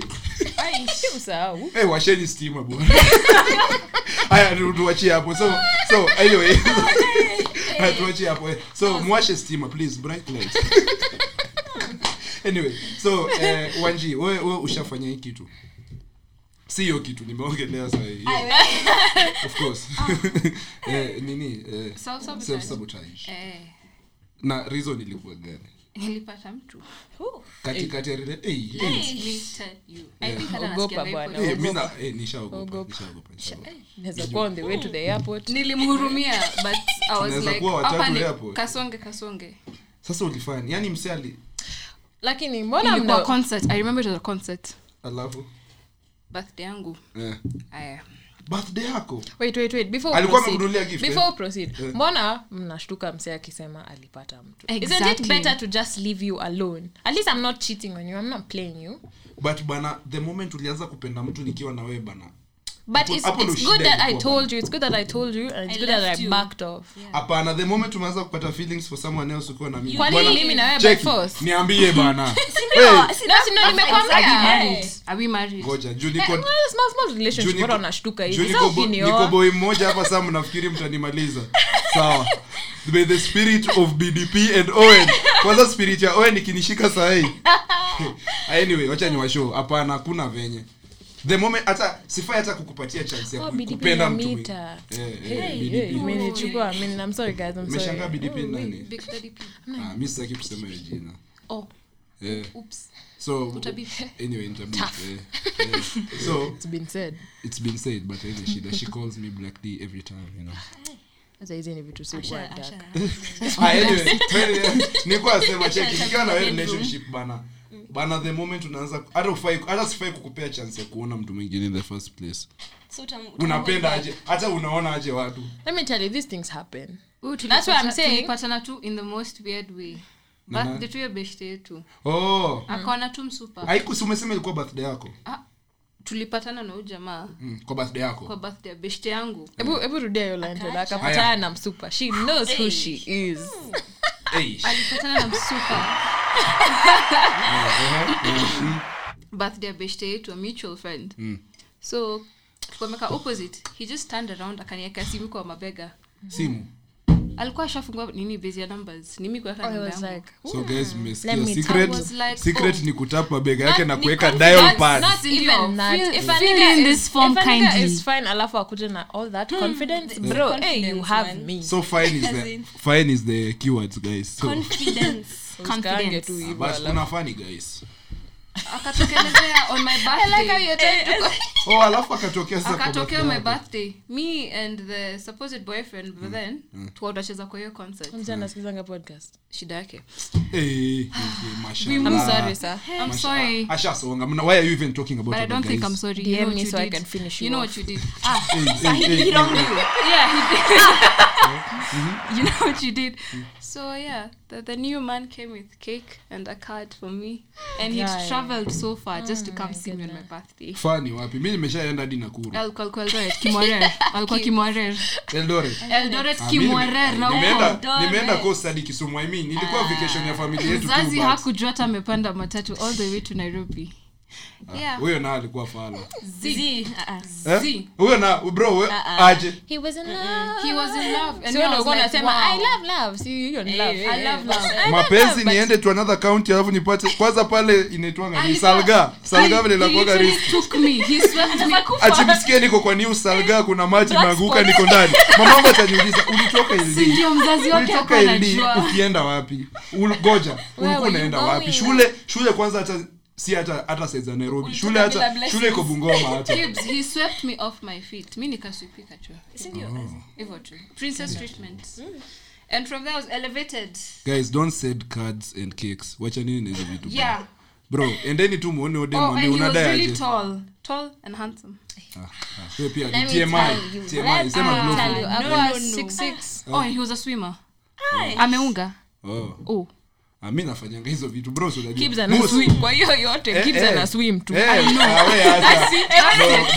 Ai, si usahau.
hey, washeni stima bwana haya tu- tuachie hapo so so anyway haya tuachie hapo eh. so mwashe stima please bright light anyway so eh, wanji wewe wewe ushafanya hii kitu si hiyo kitu nimeongelea saa hii hiyo. of course eh, nini eh,
Self-sabotage.
self sabotage
eh,
na reason ilikuwa gani
nilipata mtu
katikati ya rela- eh, eh,
Later you. I think hata
Ogopa
nasikianga
bwana,
hivyo.
eh,
ogopa.
mi na- eh, nishaogopa,
Ogopa. eh.
nishaogopa, nishaogopa.
Naweza kuwa on the way to the airport.
nilimhurumia but I was
Tunaweza
like,
kuwa watatu
hapa ni
hapo.
kasonge kasonge
sasa ulifanya yani mse ali
lakini mbona
ilikuwa
mna
concert i remember it was a concert
alafu
birthday yangu
eh,
aya
birthday yako
wait, wait, wait, before
Alikuwa
proceed-
amekununulia gift,
before
eh?
proceed,
Eh.
mbona mnashtuka msee akisema alipata mtu isn't it
Exactly.
better to just leave you alone at least i'm not cheating on you i'm not playing you
but bana the moment ulianza kupenda mtu nikiwa na wewe bana
but
Hapo-
it's,
hapo ndo
it's
shida
good that i
ilikuwa
told you it's good that i told you and it's
I
good that
left
i
you.
backed off
hapana the moment umeanza kupata feelings for someone else ukiwa na mimi
Kwa nini
bwana,
mimi na wewe by
cheki,
force?
niambie bana Hey,
No, si ndo nimekwambia.
are we married
ngoja juu
Eh,
niko
well, small, small relationship,
Juu niko-
bora unashtuka hivi.
juu
Sasa
niko bo-
ukinioa-
niko boy mmoja hapa saa mnafikiri mtanimaliza sawa By the spirit of bdp and owen kwanza spirit ya owen ikinishika sahii anyway wacha ni washow hapana hakuna venye the moment hata sifai hata kukupatia chance ya
Oh,
ku-
BDP
kupenda mtu mwi-
inamita.
eh, eh, BDP.
Imenichukua, I mean, I'm sorry, guys, I'm sorry.
umeshangaa bdp ni nani
Big Daddy P.
Ah, mi sitaki kusema hiyo jina
Oh.
Eh,
Oops.
so
Utabi-
anyway nitabip, eh, eh. so
It's been said.
it's been said but haina shida she calls me black d every time you know
Sasa hizi ni vitu si kwa dark.
Ah, anyway, anyway, nilikuwa nasema cheki nikiwa na wewe relationship bana bana the moment unaanza hata ufai hata sifai kukupea chance ya kuona mtu mwingine in the first place
So utam-
unapenda
Oh
utamwambia-
aje hata unaona aje watu
let me tell you these things happen
Ooh,
That's what I'm
tulipata-
saying.
tulipatana tu in the most weird way birthday tu ya beshte yetu
oh
akaona tu msupa
haikusi umesema ilikuwa birthday yako
Ah, tulipatana na huyu jamaa
mm, kwa birthday
kwa
yako
birthday ya beshte yangu
hebu hebu rudia hiyo line tena
Akaacha.
akapatana na msupa she knows who she is
hey.
alipatana na msupa
hmm.
birthday ya beshte yetu a mutual friend
Mm.
so tukameka opposite he just turned around akaniweka simu kwa mabega
simu
alikuwa ashafungua nini base ya numbers nimi kuweka
I
namba
Oh, was
yangu.
like
so guys
Let
mmesikia
me-
I
secret
was like,
secret
oh.
ni kutapa bega yake na
Ni
kuweka
confidence,
dial pad
not
Even
even
that.
that.
If
If
a
I-
nigga
in
is-
this form
if a nigga
kindly.
is fine alafu akuje na all that confidence bro hey you
confidence,
have
man.
me
so fine is
As
the
in-
fine is the keywords guys so
confidence
Usikaange tu
confidence.
hivyo,
but
alafu-
kuna funny guys
akatokelezea on my birthday
oh alafu akatokea sasa kwa
akatokea on
birthday
my
yako. Mm.
birthday me and the supposed boyfriend but then tukawa tunacheza kwa hiyo concert
Mzee anasikizanga podcast
shida yake
Eh, eh, mashallah.
i'm sorry sir
i'm
Masha-
sorry
ashasonga mna why are you even talking about
but i
other
don't think i'm
guys?
sorry
DM
you know
me
what you
so I
did
can finish
you
you
know
off.
what you did ah
Eh, eh, eh, eh, eh.
yeah he did you know what you did so yeah the, the new man came with cake and a card for me and he
Yeah, yeah.
traveled so far just to come see me on Oh my birthday
eh, Funny wapi mi nimeshaenda hadi nakuru
alikuwa alikuwa Eldoret Kimwarer alikuwa Kimwarer
eldoret
Eldoret
Ah, mi nime-
Kimwarer na
nimeenda-
huko
nimeenda coast hadi kisumu i mean ilikuwa vacation ya familia yetu tu,
Ah, mzazi
but
hakujua hata amepanda matatu all the way to nairobi yeah.
Ah, huyo na alikuwa fala
Z.
Eh?
Z.
huyo na bro we-
Ah,
aje
he was in love
He was in love and
Sio
I
ndio
was
uko
like,
unasema,
wow.
I love love. Si hiyo ni love.
I love love.
mapenzi niende to another county alafu nipate kwanza pale inaitwanga ni
Alikuwa-
salga salga
He-
vile
he
nakuaga
literally
risk
took me. He swept me.
achimsikie niko kwa new salga kuna maji meanguka niko ndani mamangu ataniuliza ulitoka ili
Ndio mzazi wake
ulitoka
hakuwa
ili
anajua
ukienda wapi Ul- goja ulikuwa
were
unaenda
you
wapi
going?
shule shule kwanza hata si hata hata size za nairobi shule hata shule iko bungoma hata
Babes, he swept me off my feet mi nikaswipika chwa
Oh.
hivyo tu princess treatment and from there I was elevated
guys don't send cards and cakes wacha nini na hizo vitu
yeah
bro endeni tu muone ode
oh
mwambie
and he was
unadai
really
aje
tall tall and handsome
Ah, wewe pia ni
me tell you.
tmi tmi
Let
sema
me
glovu.
tell you, I
No,
was
no.
6'6".
oh and he was a swimmer ameunga
oh
oh
ah, mi nafanyanga hizo vitu bro so unajua.
Gibbs
Bro,
ana swim. Kwa hiyo yote Gibbs
eh.
ana swim tu.
Eh, ah, we acha.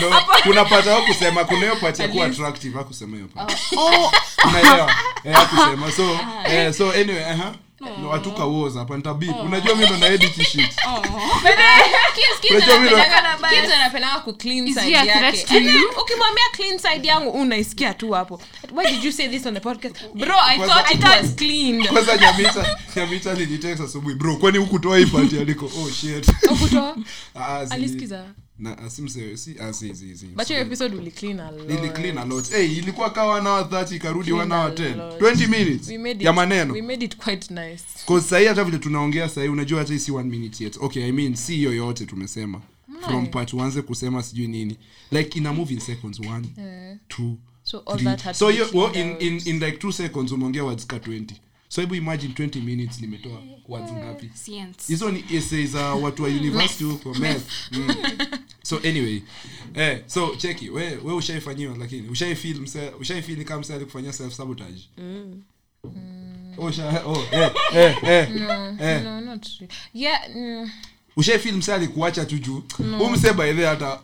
No, no. kuna pata wa kusema kuna hiyo pati ya kuwa attractive hakusema hiyo pati
Oh.
unaelewa Eh, hakusema so
Ah.
eh, so anyway aha
Oh.
No, atuka woz hapa nitabip unajua mi ndo naedit hii shit
Kids, kids
Unajua mimi ndo-
anapendanga- kids anapendanga ku clean
Is
side
he a threat
yake.
to
And
you?
then ukimwambia clean side yangu unaisikia tu hapo why did you say this on the podcast bro i
Kwanza-
thought it was cleaned
kwanza nyamita nyamita alinitext asubuhi bro kwani hukutoa hii pati aliko oh shit
ukutoa
Ah, zi-
alisikiza
na asimse si ah, azizizi
but hiyo episode uliclean a lot
nili clean a lot hey ilikuwa kaa one hour 30 ikarudi
Clean
one hour
a
10
lot.
20 minutes
we made it,
ya maneno
we made it quite nice
Cause sahii hata vile tunaongea sahii unajua hata hii si one minute yet okay i mean si hiyo yote tumesema from part uanze kusema sijui nini like ina move in seconds one two
So all
three.
that had
so
to be
hiyo well, in,
cleaned
in, in like two seconds umeongea words ka 20 so hebu imagine 20 minutes nimetoa words ngapi
science
hizo ni essay za watu wa university huko math mm. so anyway eh, so cheki we, we ushaifanyiwa lakini ushaifil mse- ushaifil kama msee alikufanyia self sabotage Usha- oh, eh, eh, eh, eh.
no not really. yeah mm,
ushaifil msee alikuacha tu juu huu msee by the way hata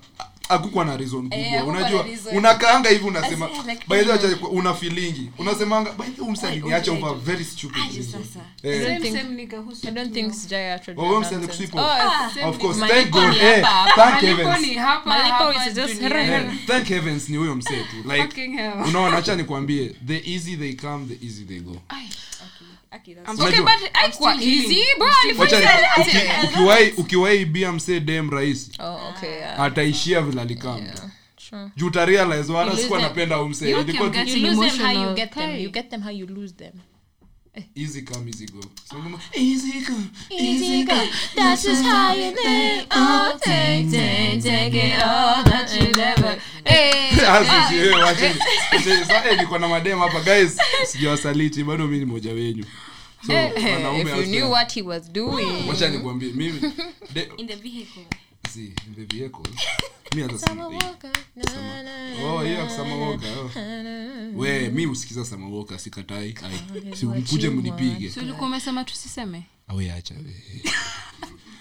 akukuwa na reason kubwa
hakukuwa na
unajua
reason.
unakaanga hivi unasema
As- like,
by the way acha- una feelingi unasemanga by the way msee aliniacha over very stupid reason eh,
don't think-
who's
I don't think sijaiatwa
Oh, wewe msanii kusipo.
oh,
of course
malipo
thank god
ni
eh,
hapa,
thank heavens
malipo is just
Eh, thank heavens ni huyo msee tu like unaona acha nikwambie the easy they come the easy they go
Akira,
Unajua,
Okay, but haikuwa
still healing.
easy, bro, alifanya-
wacha ni- uki- ukiwahi- ukiwahi bia msee dem rahisi
Oh, okay, yeah,
ataishia vile alikama
sure.
juu tarealize wala
lose
sikuwa
them.
napenda huyu msee
You
ilikuwa
can
tu
get-
You
Getting
lose them how you
emotional.
get them.
Hey.
You get them how you lose them.
easy come easy go So ngoma, easy come
Ah. Easy go. That's just how you live. Oh, take, take, take it all that you never- Hey.
Sasa sijui,
Ah.
wacha ni- wacha ni- sasa, eh, niko na madem hapa guys sijawasaliti bado mi ni moja wenyu so
Eh,
wanaume
if you
elsewhere-
knew what he was doing
wacha nikwambie mimi de-
in the vehicle
see, in the vehicles, mi hata
Summer
si-
Walker, na, na, na,
Oh,
na,
yeah,
na,
Summer
na,
Walker, oh.
na, na, na.
we mi usikiza samawoka sikatai
Ah,
ai. si
what
mkuje
you
mnipige
So ulikuwa umesema tusiseme
awe acha we.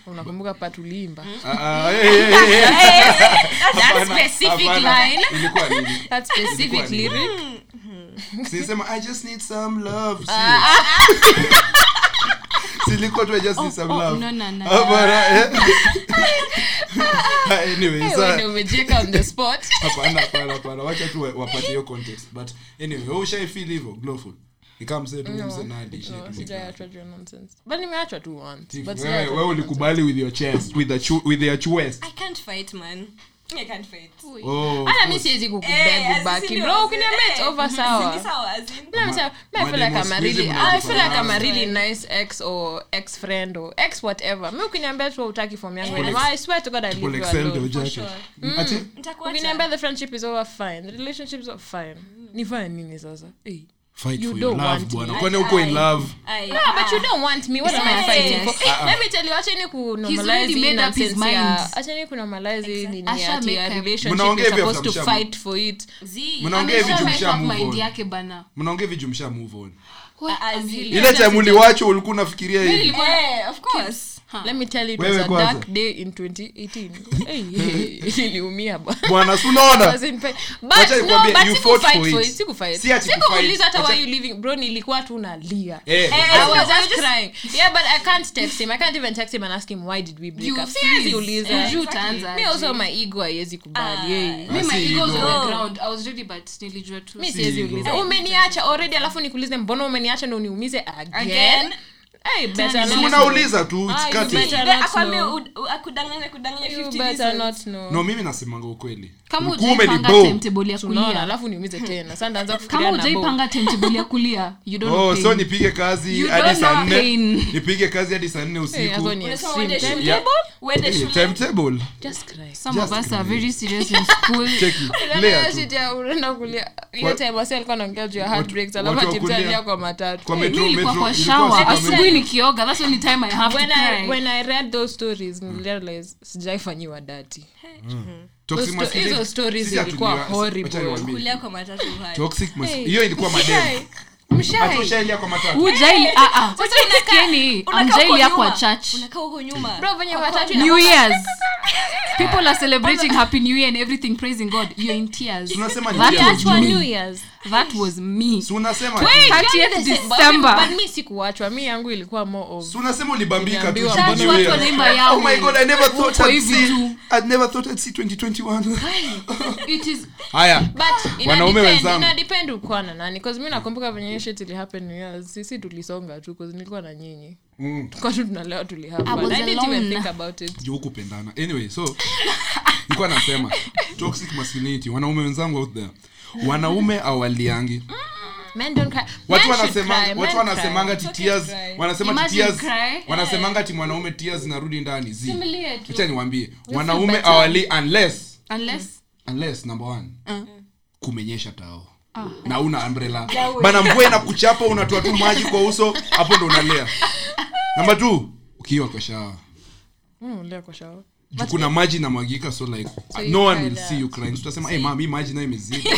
unakumbuka patulimba
Ah, eh, eh, eh, eh. Hapana,
specific
hapana.
line.
Ilikuwa nini?
that
Ilikuwa
specific
nini?
lyric
Silisema, "I just need some love." Sio.
Ah,
Silikuwa tu, "I just need some
oh,
love."
no, no, no.
Hapana, eh. Ah, anyway,
Ah, Eh,
sa-
wewe ndio umejeka on the spot
hapana, hapana, hapana. wacha tu wa- wapate hiyo context but anyway wewe ushaifeel hivyo glowful ikamse tu mse nadi shit,
No,
mse
sijaachwa juu ya Oh, nonsense. But nimeachwa tu once,
Tifu,
but
wewe
sijaachwa
wewe
juu ya nonsense.
ulikubali with your chest with the chu- with their chest
i can't fight man i can't fight
oh
hata mi Ah, siwezi
Eh, as
kukubeg
in
baki
ndio-
bro ukiniambia it's
eh,
over
as in ni
sawa
sawa, as in-
Bila msa- mi I feel like I'm a
Mademo,
really-
squeeze
I feel like I'm a
mnajipanga.
really nice ex or ex friend or ex whatever mi ukiniambia tu utaki form yangu
Triple
anymore, I swear to God I'll leave
Triple
you
XL
alone.
ndio jacket.
sure.
Mm, ati-
Hmm.
Nitakuacha.
ukiniambia the friendship is over fine the relationship is over fine nifanye nini sasa Eh.
Fight
You
for your
don't
love,
want
bwana.
me.
Kwani uko in love?
Aye.
Ah, but you don't want me. What am I
Yes.
fighting for?
Uh-uh.
Let me tell you, acheni kunormalize
already
hii
made up his
nonsense ya-
mind.
acheni kunormalize hii nini
Asha
ya ati
make
ya
up.
relationship
Mnaongea
you're
hivyo
supposed to
mshamshamu.
fight for it.
Zii.
Mnaongea hivi juu
Amesha
msha
make up
move
mind
on.
yake bana
Mnaongea hivi juu msha move on.
Ah, zii.
ile time uliwachwa ulikuwa unafikiria hivi
Eh, of course.
Let me tell you, it
Wewe
was a
kwanza.
dark day in 2018. Hey, hey, niliumia bwana.
bwana si
I
unaona
was in pain. But
Wacha
no,
nikwambie,
but
you
sikufight
fought for
for
it.
it, sikufight.
Si ati kufight.
Sikuuliza hata
Wacha-
why you leaving. Bro, nilikuwa tu nalia.
Eh,
Eh,
I was
Wewe
just
just-
crying. Yeah, but I can't text him. I can't even text him and ask him why did we break
You
up.
freeze.
Siwezi uliza.
Juu
Mi
utaanza
also my ego haiwezi kubali. Yeye.
mi
Ah,
my
si
ego was on
ego.
the ground i was ready but nilijua tu
mi siwezi
ego.
uliza umeniacha already alafu nikulize mbona umeniacha ndo niumize again
Again.
hey, better
Si
not
unauliza tu
Ah,
it's cut
you
it.
better
Then
not
akwambie
know.
ud- akudanganye- akudanganye
know.
50
You better not
reasons.
know.
no mimi nasemanga ukweli
kama
Ulikuwa umeni
ujaipanga
blow.
timetable ya
Unaona,
kulia
alafu niumize tena sasa ndaanza
kama
kufikiria na bo.
ujaipanga timetable ya kulia you don't
oh
think.
so nipige kazi
You
hadi
don't
saa
know
nne
pain.
nipige kazi hadi saa nne
Eh, hapo
usiku
ni
Unasema
extreme.
uende shule.
Yeah.
Uende
Eh,
shule.
timetable
Just cry.
some of
Just
us are
kidding.
very serious in school
check
Unaona
layer
shit
tu
ya unaenda kulia. Hiyo
What-
time wasi alikuwa anaongea juu ya heartbreaks,
watu
alafu
wa
ati mtu
kulia.
alia kwa
kwa
matatu
Mi
metro
nilikuwa
metro
kwa
ilikuwa
shawa
kwa metro.
asubuhi nikioga that's the only time i have to
when I,
cry
when i read those stories nilirealize sijaifanyiwa dati
Toxic
Those sto-
masculinity-
hizo stories
Sija
zilikuwa
tuliwa-
horrible.
wacha niwaambie.
Kulia kwa matatu haya.
Toxic mas-
Hey.
hiyo ilikuwa mademu Ati
mshai
ushaingia kwa matatu
hujaili ah ah
Sasa
Sasa
unakaa-
sikieni
unakaa
amjaili
huko
hapo
nyuma.
church
Unakaa huko nyuma.
Bro, venye matatu
new
inakuwa-
year's people are celebrating happy new year and everything praising god you're in tears
tunasema
That
ni
was
Kuachwa
me.
juu.
New Year's.
that was me
si unasema
Wait,
Thirtieth
you're the same, but
December.
mi- but mi sikuachwa mi yangu ilikuwa more of
si unasema ulibambika tu
Niliambiwa
juu
mbona
ni
watu
wewe.
wanaimba
Oh
yao
my god, I never thought
Uko
I'd
hivi
see
tu.
I'd never thought I'd see 2021.
it is
Haya.
but
Wanaume wenzangu.
inadepend ukuwa na nani bcause mi nakumbuka venye hiyo shit ilihappen New Year's. sisi tulisonga tu 'cause nilikuwa na nyinyi
Mm.
tuka tu tunalewa
I was alone.
tulihapenithinkaboutit
Juu kupendana. Anyway, so nilikuwa nasema toxic masculinity wanaume wenzangu out there. Wanaume awaliangi. Watu wanasema watu wanasemanga ti tears,
cry.
wanasema ti
Imagine
tears,
cry.
wanasemanga ti mwanaume tears zinarudi ndani zi.
Simulie tu.
Acha niwaambie, wanaume
better.
awali unless
unless
unless number one kumenyesha tao
Ah.
na una umbrella bana mvua inakuchapa unatoa tu maji kwa uso hapo ndo unalea namba t ukiwa kwa shawa
Mm,
juu kuna maji inamwagika so like uh,
you
no one
cry
will
there.
see you crying So utasema hey, mam hii maji nayo imezidi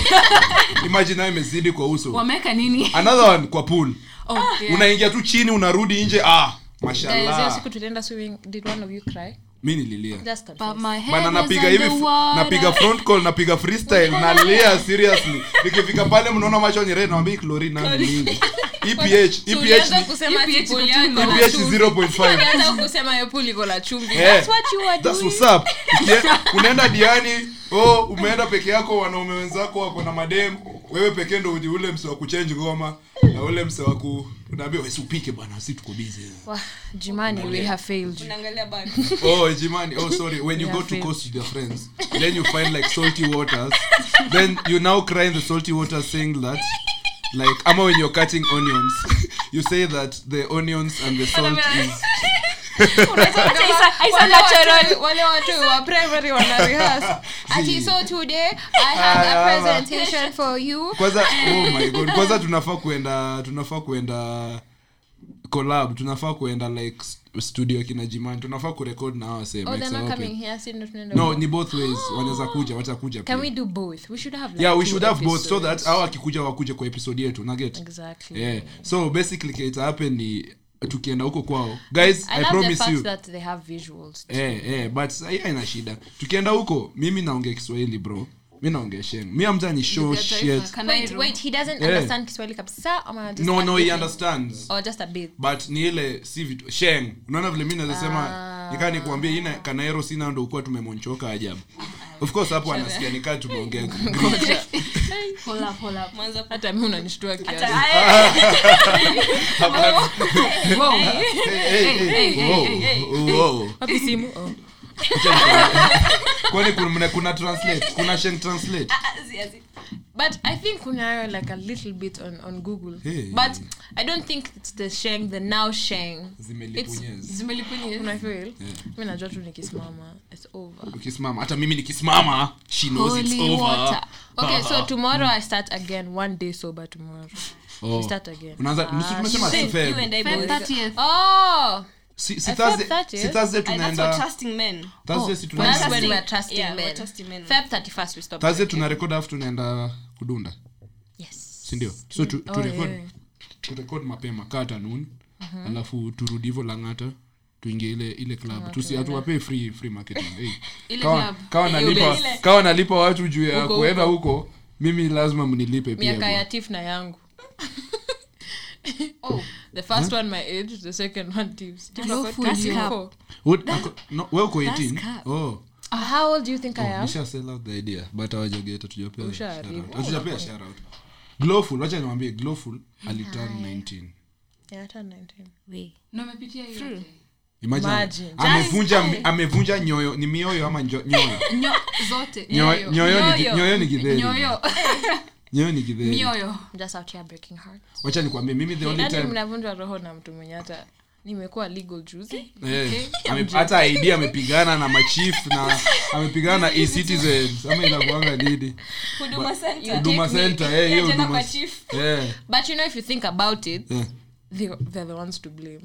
Hii maji nayo imezidi kwa uso
wameweka nini
another one kwa pool
oh, yeah.
unaingia tu chini unarudi nje ah mashallah
siku tulienda swimming did one of you cry
mi nililia
just
but my head
bana
was
napiga hivi
underwater.
napiga front call napiga freestyle nalia seriously nikifika pale mnaona macho ni red naambia chlorine na mingi eph eph
Tulianza kusema
EPH
tipuli
iko tu
yako
iko
na
na
chumvi.
eph 0.5
Tulianza kusema hiyo puli iko na chumvi.
Eh,
That's what you were
that's
doing.
what's up Ukie- unaenda diani oh umeenda peke yako wanaume wenzako wako na madem wewe pekee ndo uji ule mse wa kuchange ngoma na ule mse wa ku unaambia wewe usipike bwana si tuko busy
Wah, Jimani, we have failed you.
Unaangalia bado.
oh jimani oh sorry when you
Yeah,
go to
fail.
coast with your friends then you find like salty waters then you now cry in the salty waters saying that like ama when you're cutting onions you say that the onions and the salt is
Isa
Wale watu-
natural.
wale watu wa primary wana rehearse. Ati, so today I have a
Ah, ama.
presentation for you.
kwanza oh my god kwanza tunafaa kuenda tunafaa kuenda collab tunafaa kuenda like st- studio kina jimani tunafaa kurekod na awasem
Oh, they're not coming here. See, no, no,
no ni both ways wanaweza kuja watakuja
Can we
pia
do both? We should have. Like
yeah we
two
should have both so that
episodes.
au akikuja wakuja kwa episode yetu naget
Exactly.
yeah. Eh, so basically kile happen ni tukienda huko kwao guys
I, love
i,
the
promise
fact
you
that they have visuals.
eh, eh, but sahii haina shida tukienda huko mimi naongea kiswahili bro mi naongea sheng mi amta ni show
Get taifa,
shit
can I
Wait,
roll?
wait. He doesn't
Yeah.
understand Kiswahili kabisa. Or just
no
a
no
bit?
he understands
Or just a bit.
but ni ile si vitu sheng unaona vile mi nazasema nikaa nikuambia ina kanaero sina ndo ukuwa tumemonchoka ajabu of course hapo anasikia nikaa tumeongea
Hold up, hold up.
mwanza pa-
Hata mimi unanishtua kiasi.
Ah, Hapana.
Wow.
Hey, hey, hey, wow, wow.
Wapi simu? Oh.
kwani kuna, mna- kuna translate kuna sheng translate
But I think kunayo like a little bit on, on Google.
Hey.
But I don't think it's the Sheng, the now Sheng.
Zimelipunyeza.
Una feel? Mimi najua tu nikisimama. It's over.
ukisimama hata mimi nikisimama she knows it's
Holy water.
over
Okay, so tomorrow I start again. One day sober tomorrow. We
Oh.
start again. Ah,
unaanza nusu tumesema si
Shit, you and
Feb.
I
Feb
both.
30th.
Oh,
Si- si
I
Thursday-
thought that
si
is-
Thursday
And that's for
tunaenda
trusting men.
Thursday si
Oh, that's
tunaenda
when
trusting-
we are trusting
yeah,
men.
we're trusting men.
Feb 31st we stop.
Thursday tuna record alafu tunaenda kudunda
Yes.
sindio so tu, tu
Oh,
record,
yeah.
tu record mapema kaa tanuni
Uh-huh.
alafu turudi hivo langata tuingie ile ile club tusi hatuwapee free free marketing hey. kawa, kawa nalipa kawa nalipa watu juu ya kuenda huko mimi lazima mnilipe pia
miaka ya
bro.
tif na yangu the first one my age the second one tips
What- ako- no, wewe uko 18 oh
Uh, how old do you think i am
nisha sell out the idea but hawajageta tujapea
Ushaharibu.
shout out. hatujapea shout out glowful wacha niwaambie glowful aliturn 19
yeah, I turned 19.
No, umepitia hiyo yote.
Imagine,
Imagine.
amevunja amevunja nyoyo ni mioyo ama njo- nyoyo
Nyo- zote.
Nyoyo- nyoyo ni-
Nyoyo.
nyoyo ni githeri
Nyoyo.
nyoyo ni githeri
Nyoyo.
I'm just out here breaking hearts
wacha nikwambie mimi the only
yani
time
mnavunjwa Yaani roho na mtu mwenye hata nimekuwa legal juzi
eh, ame- hata id amepigana na machief na amepigana na ecitizens ama inakuanga nini
Huduma center.
huduma
Take me.
center eh, hiyo
Yeah, tena
huduma
kwa chief.
eh,
but you know if you think about it
eh,
they, they're the ones to blame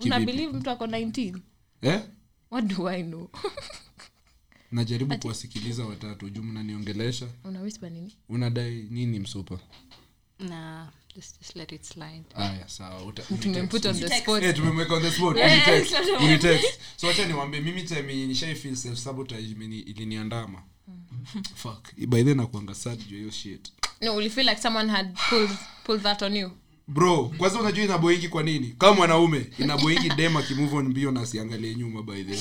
una believe mtu ako 19
eh.
what do i know
najaribu kuwasikiliza watatu juu mnaniongelesha
unawispa nini
unadai nini msupa
Nah, just- just let it slide.
aya sawa uta-
tumemput on the spot
Eh, tumemweka on the spot. Unitext, unitext. So wacha niwaambie mimi time yenye nishai feel self sabotage imeni- iliniandama
Mm.
Fuck. by then nakuanga sad juu ya hiyo shit
no will you feel like someone had pulled, pulled that on you
bro kwanza unajua inaboingi kwa nini kama mwanaume inaboingi dem akimove on mbio na asiangalie nyuma by then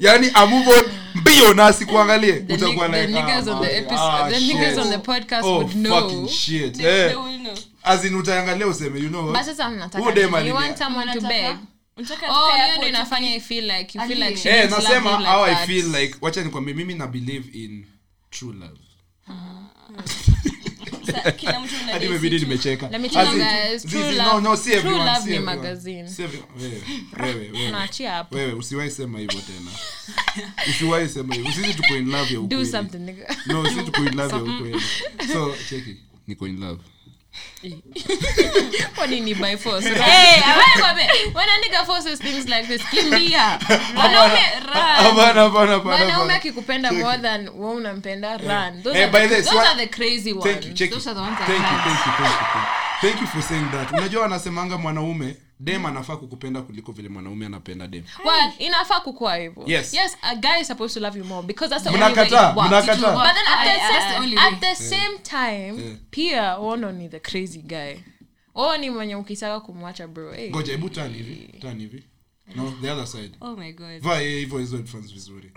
yani amove on mbio na asikuangalie
The ni-
utakuwa
the
like,
niggas
ah,
on the
man,
episode-
ah,
the niggas
shit.
on the podcast
Oh,
would know.
fucking shit.
They-
Eh,
they will know.
as in utaangalia useme you know
but
what?
sasa
Huyo
mnataka
dem
nini? you
alilia.
want someone to beg
Unataka
oh
tukae
hiyo
hapo
ndo
tu-
inafanya i feel like you feel
Aliye.
like she
eh,
needs love
nasema
you like
how i
that.
feel like wacha nikwambie mimi na believe in true love
Sa- kila mtu mna
hadi
date
imebidi
situ.
nimecheka
Let me
As
tell you
in,
guys,
zi-
True
zi-
Love-
no, no, si
True
everyone,
Love
si
ni
everyone.
magazine.
Si every- wewe, wewe, wewe.
Tunaachia hapo
wewe usiwahi sema hivyo tena usiwahi sema hivyo sisi tuko in love ya
do
ukweli
something nigga.
no sisi tuko in love ya ukweli so cheki niko in love
Kwa nini by force hey wewe babe when a nigga forces things like this kimbia wanaume run
hapana hapana hapana
wanaume
hapana
akikupenda more than wewe unampenda run those
Eh,
are
by
the-
the-
those
swa-
are the crazy
Thank you,
ones
cheki.
Those are the ones I
Thank you,
like.
thank you, thank you, thank you. Thank you for saying that unajua wanasemanga mwanaume dem anafaa kukupenda kuliko vile mwanaume anapenda dem
well inafaa kukua hivyo
Yes.
yes a guy is supposed to love you more because that's the only way it
mnakataa
works.
mnakataa
but then at the,
Aye,
same,
that's the only
at
way.
the same time
Yeah.
pia ono ni the crazy guy oo ni mwenye ukitaka kumwacha bro eh. hey.
ngoja hebu turn hivi turn hivi no the other side
Oh my God.
vaa yeye hivyo hizo headphones vizuri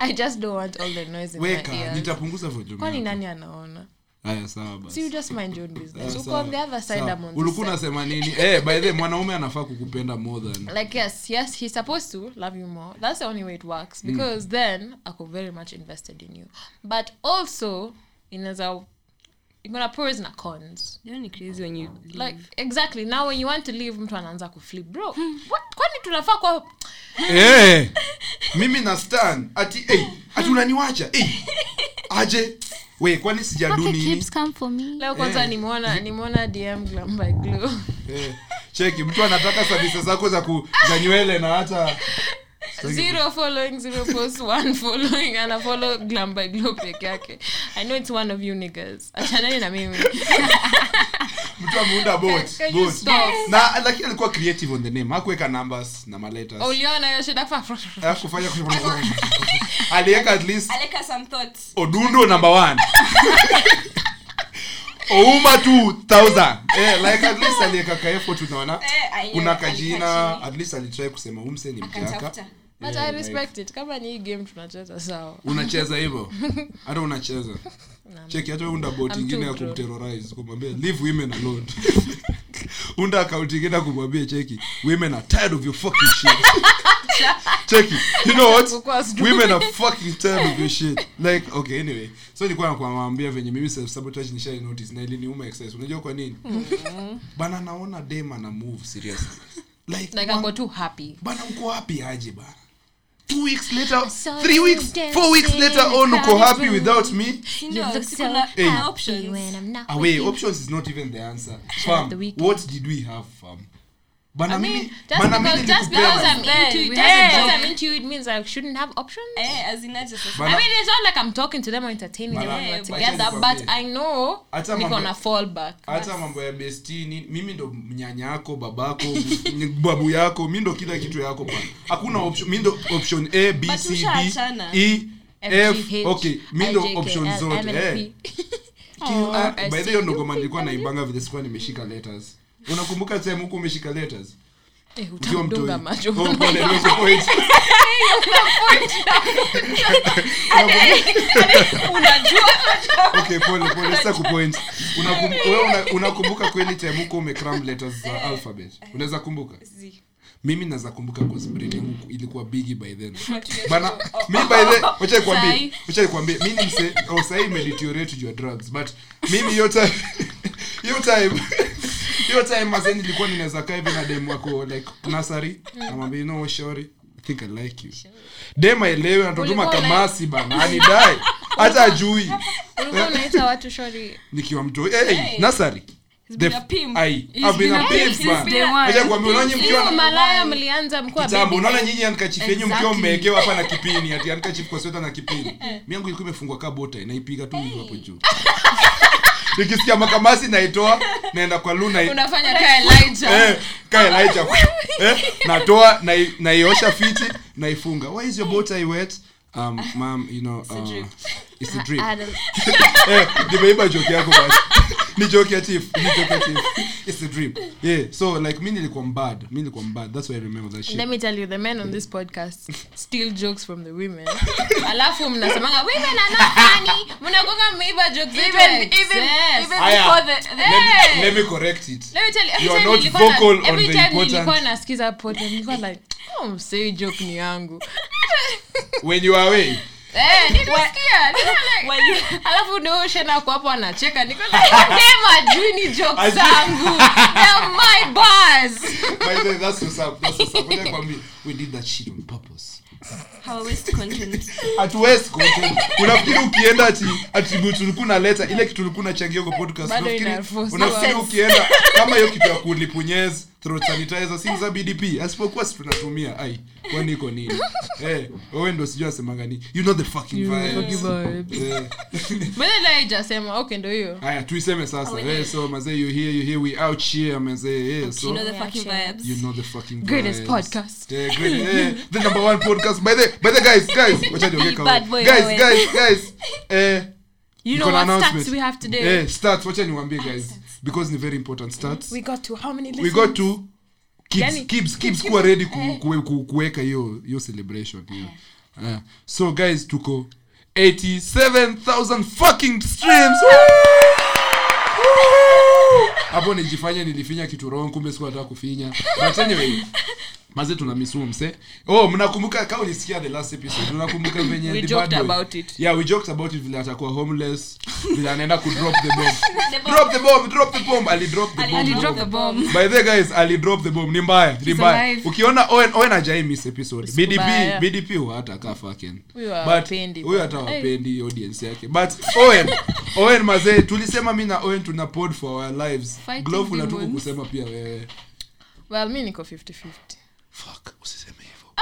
i just don't want all the noise in my
weka
ears
nitapunguza volume
kwani
yako.
nani anaona
haya sawa basi
so you just mind your own business
Sawa,
uko on the other side
sawa.
I'm on this
ulikuwa
side.
unasema nini eh by the way, mwanaume anafaa kukupenda more than
like yes yes he's supposed to love you more that's the only way it works because then ako very much invested in you but also inaweza you're gonna pros and cons
You know Yaani ni crazy when you leave.
like exactly now when you want to leave mtu anaanza kuflip bro what kwani tunafaa kwa
eh mimi na stan ati eh ati unaniwacha eh aje we kwani sijadu
Okay,
nini
keeps come for me.
leo kwanza nimeona nimeona dm glam by glow
Eh, cheki mtu anataka sabisa zako za, ku, za nywele na hata
zero following zero post one following ana follow glam by glow peke yake i know it's one of you niggas achanani na mimi
mtu ameunda bot,
Can you
bot.
stop?
na lakini alikuwa creative on the name hakuweka numbers na maletters
uliona hiyo shida kwa
Hakufanya- aliweka at least
aleka some thoughts
odundo number one ouma 2000 eh, like at least aliweka ka effort unaona
Eh, I know,
kuna
alikaa
kajina
chini.
at least alitry kusema umse ni Eh, mjaka
akantafuta
but
Yeah,
i
like-
respect it kama ni hii game tunacheza sawa
unacheza hivyo hata unacheza cheki hata unda bot
I'm
ingine
too
ya
grown.
kumterrorize kumwambia leave women alone unda account ingine ya kumwambia cheki women are tired of your fucking shit cheki you know what
Kukuwa sijui.
women are fucking tired of your shit like okay anyway so nilikuwa nakwambia venye mimi self sabotage nishai notice na iliniuma excess unajua kwa nini
Mm-hmm.
bana naona dem ana move seriously like
like i'm too happy
bana uko wapi aje bana two weeks later
saw
three
you
weeks four weeks
dancing
later on uko
crowded
happy
room.
without me
You look so
Eh.
happy when I'm
not
away options is not even the answer fam
the weekend.
what did we have fam bana mimi
just
bana
because,
mimi
just because
nilikupenda.
i'm
Then
into it
we
just
have
because i'm into it means i
a job.
shouldn't have options
Eh, as in aje sasa.
I
Bana-
mean, it's not like I'm talking to them or entertaining them when
Bana-
we're
Yeah, but-
together, but I know
Hata
we're
mambo-
gonna fall back.
hata mambo ya bestini mimi ndo mnyanya yako babako m- babu yako mi ndo kila kitu yako bana hakuna option mi ndo option a b
But
c d
ushaachana.
e
F,
f
G, H,
okay mi ndo
I, J, K,
option
L, M,
zote
N,
eh.
P. Oh,
Ah,
I
by the
see
way ndogoma nilikuwa naimbanga vile sikuwa nimeshika letters unakumbuka time huku umeshika letters
Eh,
ukiwa
utamdunga
mtoi?
macho.
Oh, pole, no, uko point. Okay, pole, pole, sasa kupoint. Unakum- wewe una- unakumbuka kweli time huko umecram letters za alphabet unaweza kumbuka mimi naweza kumbuka cause brain yangu ilikuwa bigi by then bana mi by then wacha nikwambie
Sai.
wacha nikwambie mi ni mse oh sai imedeteriorate your drugs but mimi hiyo time hiyo time hiyo time mazen nilikuwa ninaweza kaa hivi na dem wako like nursery namwambia you know shori i think i like you dem aelewe anatutuma
Ulikuwa
kamasi bana ani dai hata ajui
Ulikuwa unaita watu shori.
nikiwa mtu hey, nursery
been
The-
a pimp.
Ai,
He's
I've been
been
a
a
pimp,
pimp
bana.
since day one.
Wacha nikwambie, unaona nyinyi mkiwa na-
Hiyo malaya mlianza mkuwa
kitambo
babies.
unaona nyinyi handkerchief yenyu mkiwa
Exactly.
mmewekewa hapa na kipini ati handkerchief kwa sweta na kipini mi yangu ilikuwa imefungwa kaa bota inaipiga tu hivyo hapo juu nikisikia makamasi naitoa naenda kwa luna
unafanya kaa Elijah.
eh, kaa Elijah. eh, natoa nai- naiosha fiti naifunga why is your bow tie wet um, ma'am, you know, uh, it's a drip
Adam,
Eh, nimeiba joke yako basi ni joke ya chief ni joke ya chief it's a drip yeah so like mi nilikuwa mbad mi nilikuwa mbad that's why i remember that shit
let me tell you the men on this podcast steal jokes from the women alafu mnasemanga women are not funny mnagonga mmeiba jokes zetu
Even-
ex.
even-
Yes.
even-
Aya,
before the- the-
let me- let me correct it
Let me tell you, every
You are
time
not
nilikuwa na-
vocal on
every
the
time
important-
nilikuwa nasikiza podcast, nilikuwa like "Oh, msee joke ni yangu
Eh, when you are away
Eh, nilisikia, nilikuwa like-
When you-
alafu ndoshanaku hapo anacheka nikonajui ni joke
As-
zangu They're my bars
by the way that's what's up that's what's up Ngoja nikwambie, we did that shit on purpose
How waste content.
hatuwezi content unafikiri ukienda ati attribute ulikuwa unaleta ile kitu ulikuwa unachangia kwa podcast
Bado
unafikiri
inaforce.
unafikiri
Nonsense.
ukienda kama hiyo kitu ya kulipunyeza throat sanitizer si za BDP asipokuwa si tunatumia ai kwani iko nini eh wewe ndo sijui asemanga nini you know the fucking vibes Eh.
belenaijasema okay ndo hiyo
haya tuiseme sasa eh so mazee you here you here we out here mazee eh so
Oh, You know the fucking vibes.
You know the fucking
Greatest
vibes.
podcast.
Yeah, great, yeah, the number one podcast. By the by the guys, guys, wacha niongee kawa-
bad boy
guys,
wewe.
guys, guys. Eh,
you
niko
know
na
what
announcement.
stats we have today
Eh, stats, wacha niwaambie guys because ni very important stats.
we got to how many
We
listeners?
got to Kibs,
Yani-
Kibs, Kibs kuwa ready ku, ku, ku, kuweka hiyo hiyo celebration hiyo. Ah, so guys tuko 87000 fucking streams. Woo! Hapo nijifanye nilifinya kitu wrong kumbe sikuwa nataka kufinya. But anyway, maze tunamisuo mse oh mnakumbuka kaa ulisikia the last episode unakumbuka venye
We
the
joked
bad boy-
about it.
yeah we joked about it vile atakuwa homeless vile anaenda ku drop the bomb drop the bomb drop the bomb ali drop the bomb
alidrop the bomb
by the guys ali drop the bomb ni mbaya ni
He's
mbaya
alive.
ukiona owen owen hajai miss episode bdp
kubaya.
bdp huwa hata kaa fucking
Huyu
but
hawapendi.
huyu hata wapendi audience yake but owen owen mazee tulisema mi na owen tuna pod for our lives
Fighting
glove unatuku
demons.
kusema pia wewe
well mi niko 50-50
fuck usiseme hivyo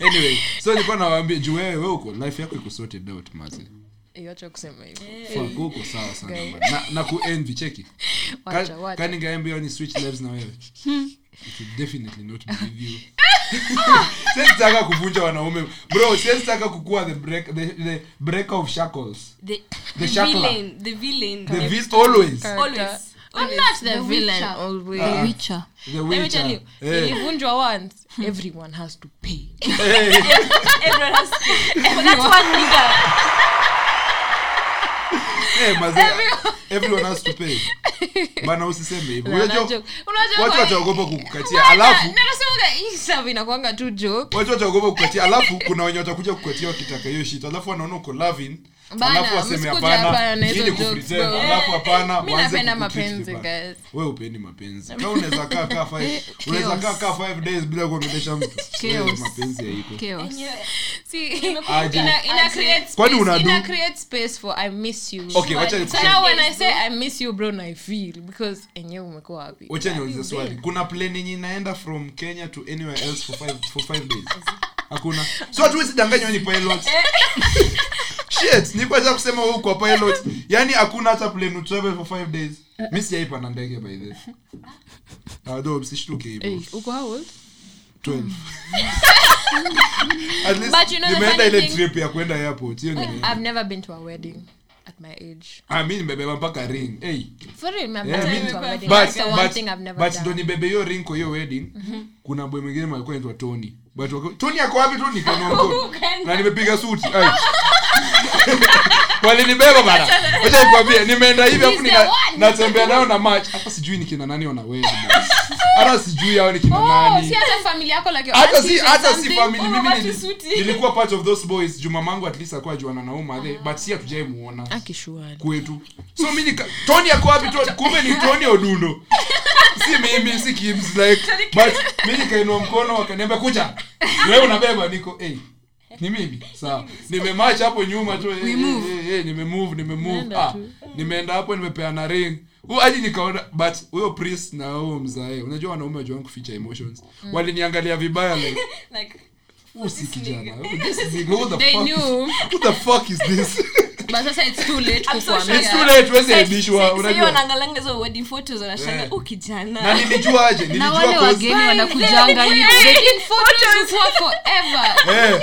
anyway so nilikuwa nawaambia juu wewe wewe uko life yako iko sorted out mazi
Eh, wacha kusema hivyo
fuck uko sawa sana man. na, na kuenvy cheki
Wacha, wacha.
kaningaambia ni switch lives na wewe It will definitely not believe you siwezi taka kuvunja wanaume bro siwezi taka kukuwa the break the, the breaker of shackles
The,
The
the
Shakla.
villain. The villain.
the vis always
Character.
Always.
I'm
Always.
not the
The
villain
Witcher.
always.
Ah.
the witcher
the
Let me tell
witcher
you,
Eh.
nilivunjwa once, everyone has to pay.
Eh.
Everyone has to. That's one nigga.
Eh, mazee, everyone has to pay bana usiseme hivyo
Na- na
unajua
joke. Unajua
watu
kwa-
wataogopa kukukatia
Why
alafu
not? Na nasemaga, hii stuff inakuanga tu joke.
watu wataogopa kukukatia alafu kuna wenye watakuja kukukatia wakitaka hiyo shit alafu wanaona uko loving
Bana,
alafu waseme
msikuja
hapana
hapana na hizo
ingine
jokes,
kupretend
bro.
alafu hapana
Mi
waanze
napenda
kukutreat
mapenzi,
vibaya.
guys.
wewe upendi mapenzi kama unaweza kaa kaa five unaweza
Chaos.
kaa kaa five days bila kuongelesha mtu wewe
Chaos.
mapenzi haiko
chaos
See,
Aje.
ina- ina create
Kwani
space-
unadu-
ina create space for I miss you.
okay wacha
So
nikuseme
now when I say I miss you, bro, na I feel because enyewe umekuwa wapi?
wacha niulize swali kuna plane yenye inaenda from kenya to anywhere else for five, for five days hakuna so hatuwezi danganywa ni pilot
Eh.
shit nilikuwa nataka kusema wewe kwa pilot yani hakuna hata plane to travel for five days
Eh.
mi sijaipanda ndege by the although msishtuke hivyo
Eh, uko how old?
12 at
But
least
you know the
nimeenda
funny
ile
thing- Eh.
trip ya kwenda airport hiyo nimeenda
I've never been to a wedding at my age.
ah mi nimebeba mpaka ring hey
For real, I've
Yeah,
never
me-
been to a wedding.
but-
That's the one
but-
thing I've never
but
done. Mm-hmm.
ndo nibebe hiyo ring kwa hiyo wedding kuna boy mwingine alikuwa anaitwa tony but wako- tony ako wapi tony Kanawa mkono. na nimepiga suti Ai. walinibeba bana acha nikwambie nimeenda hivi afu nina- natembea nayo na match hapa sijui ni kina nani wana wedding bana. hata sijui hao ni kina
Oh,
nani
si hata familia yako like your
hata
aunties
si
or
hata si
something.
family mimi
watu
nili-
suti.
nilikuwa part of those boys juma mangu at least akuwa juana na umadhe but si hatujai muona
Akishuani.
kwetu so mi nika tony ako wapi tony kumbe ni tony odundo si mimi si kims like but mi nikainua mkono wakaniambia kuja wewe unabeba niko hey ni mimi sawa nimemach hapo nyuma tu eh, hey, hey, hey, nimemove nimemove
Nenda
ah,
tu.
nimeenda hapo nimepeana ring Huyu hadi nikaona but huyo priest na huyo mzae unajua wanaume wajuan kuficha emotions
Mm.
waliniangalia vibaya like
Like,
"Huyu si kijana Huyu this nigga, who the
They
fuck is-
knew.
who the fuck is this
But sasa it's too late kukuambia.
it's too late wezi aibishwa
Sasa
unajua
wanaangalanga hizo wedding photos wanashanga
Eh.
"Oh, kijana."
na nilijua aje
na
nilijua
wale
cause-
wageni wanakujanga hivi photos huwa
Eh,
forever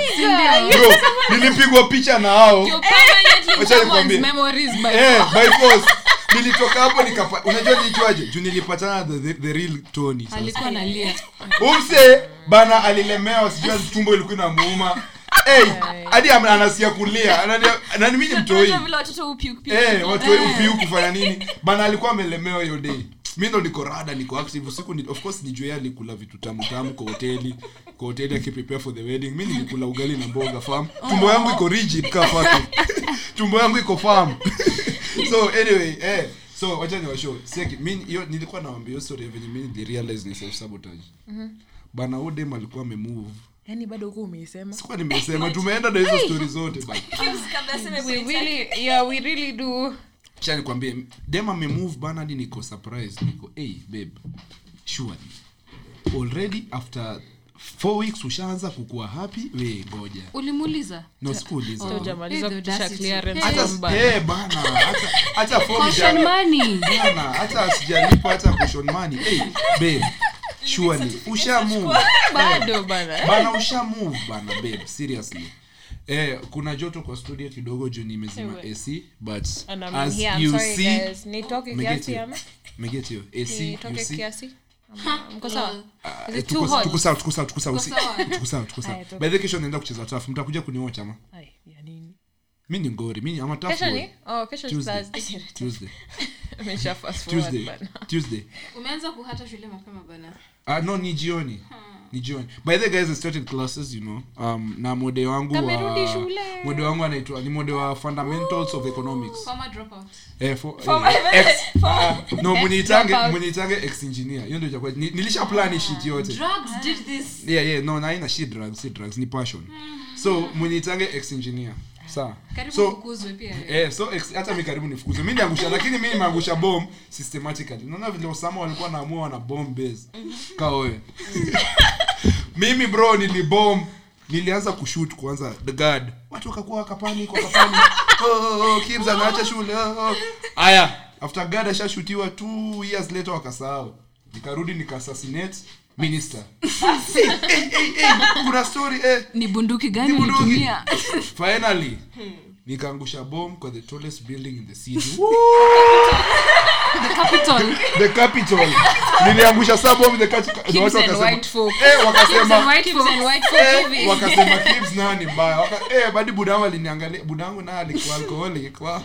Ndio.
bro, nilipigwa picha na hao
You're permanently
Wacha nikwambie.
someone's memories by
Eh, by force nilitoka hapo nikapa unajua nilijuaje juu nilipatana na the, the, the real tony sasa.
alikuwa analia
umse bana alilemewa sijua tumbo ilikuwa inamuuma hey, hadi am- anasikia kulia Anani- anani mimi ni mtoi
Unajua vile watoto hupiukipiuki.
Eh, watu wa upiu kufanya nini bana alikuwa amelemewa hiyo day mi ndo niko rada niko active usiku ni, of course ni juu yeye alikula vitu tamu tamu kwa hoteli kwa hoteli akiprepare for the wedding mi nilikula ugali na mboga farm tumbo yangu iko rigid kaa fatu tumbo yangu iko farm so anyway eh so wacha niwashow seki mi hiyo nilikuwa nawaambia hiyo story ya venye mi nilirealize ni self sabotage bana huyo dem alikuwa amemove
Yaani bado uko umeisema.
sikuwa nimesema tumeenda na hizo story zote bana
Kims kabla aseme
We
kuita.
really yeah, we really do.
kisha nikwambie dem amemove bana hadi niko surprised niko hey, babe surely already after four weeks ushaanza kukuwa happy we ngoja
ulimuuliza
no sikuuliza
Oh.
Hujamaliza
Hey, the
kutisha
audacity.
clearance
Hey.
hata
from back.
eh, bana hata hata four
Caution
jana-
money.
bana hata sijalipa hata caution money hey, babe surely ushamove
Bado bana.
bana eh? usha move bana babe seriously Eh, kuna joto kwa studio kidogo juu nimezima ac but
And I'm
as
here. I'm
you
sorry
see
guys. Nitoke
Megetio.
kiasi ama?
Megetio, AC, you
Nitoke
see?
kiasi? Ama- Mko sawa?
Uh,
Ah,
Is
eh,
it too
tuko-
hot?
tuko sawa, tuko sawa, tuko sawa, usi-
sawa.
tuko sawa, tuko sawa.
Aya, tuko-
By the way, kesho naenda kucheza taf mtakuja kuniwatch ama
Ai, ya nini?
mi ni ngori mi ni- ama tough
Kesho
boy.
ni? Oh, kesho ni
Tuesday.
Thursday.
Tuesday,
Amesha fast forward
Tuesday,
bana.
Tuesday.
umeanza kuhata shule mapema bana
uh, no ni jioni
Hmm.
ni jioni by the guys I started classes you know um, na mode wangu
Kamerudi
wa,
shule.
mode wangu anaitwa ni mode wa fundamentals of economics
Former dropout.
eh, for,
Former-
eh, ex, ah, no
Ex
muniitange
dropout.
muniitange ex engineer hiyo ndio itakuwa ni- nilisha plan hii shit yote
drugs
Ah.
did this
yeah yeah no naina shi drugs si drugs ni passion so muniitange ex engineer sawa
karibu
so
ukuzwe pia wewe.
Eh, so ex, hata mi karibu nifukuze mi niangusha lakini mi nimeangusha bom systematically naona vile osama walikuwa naamua wana bomb base ka wewe mimi bro nilibom nilianza kushut kwanza the guard watu wakakuwa wakapani kwa kapani oh, oh, oh, kids anaacha shule oh, oh. aya after guard ashashutiwa two years later wakasahau nikarudi nikassassinate minister Eh, eh, eh, eh, kuna story eh
ni bunduki gani
Ni bunduki.
ulitumia?
finally
Hmm.
nikaangusha bomb kwa the tallest building in the city
The capital.
the capital niliangusha saa bomb the cat- na watu
and
wakasema
white folk.
eh wakasema
White
Kibs and
folks.
white folk
eh
living.
wakasema kids nayo ni mbaya Waka- eh badi budangu aliniangalia budangu naye alikuwa alcoholic kwa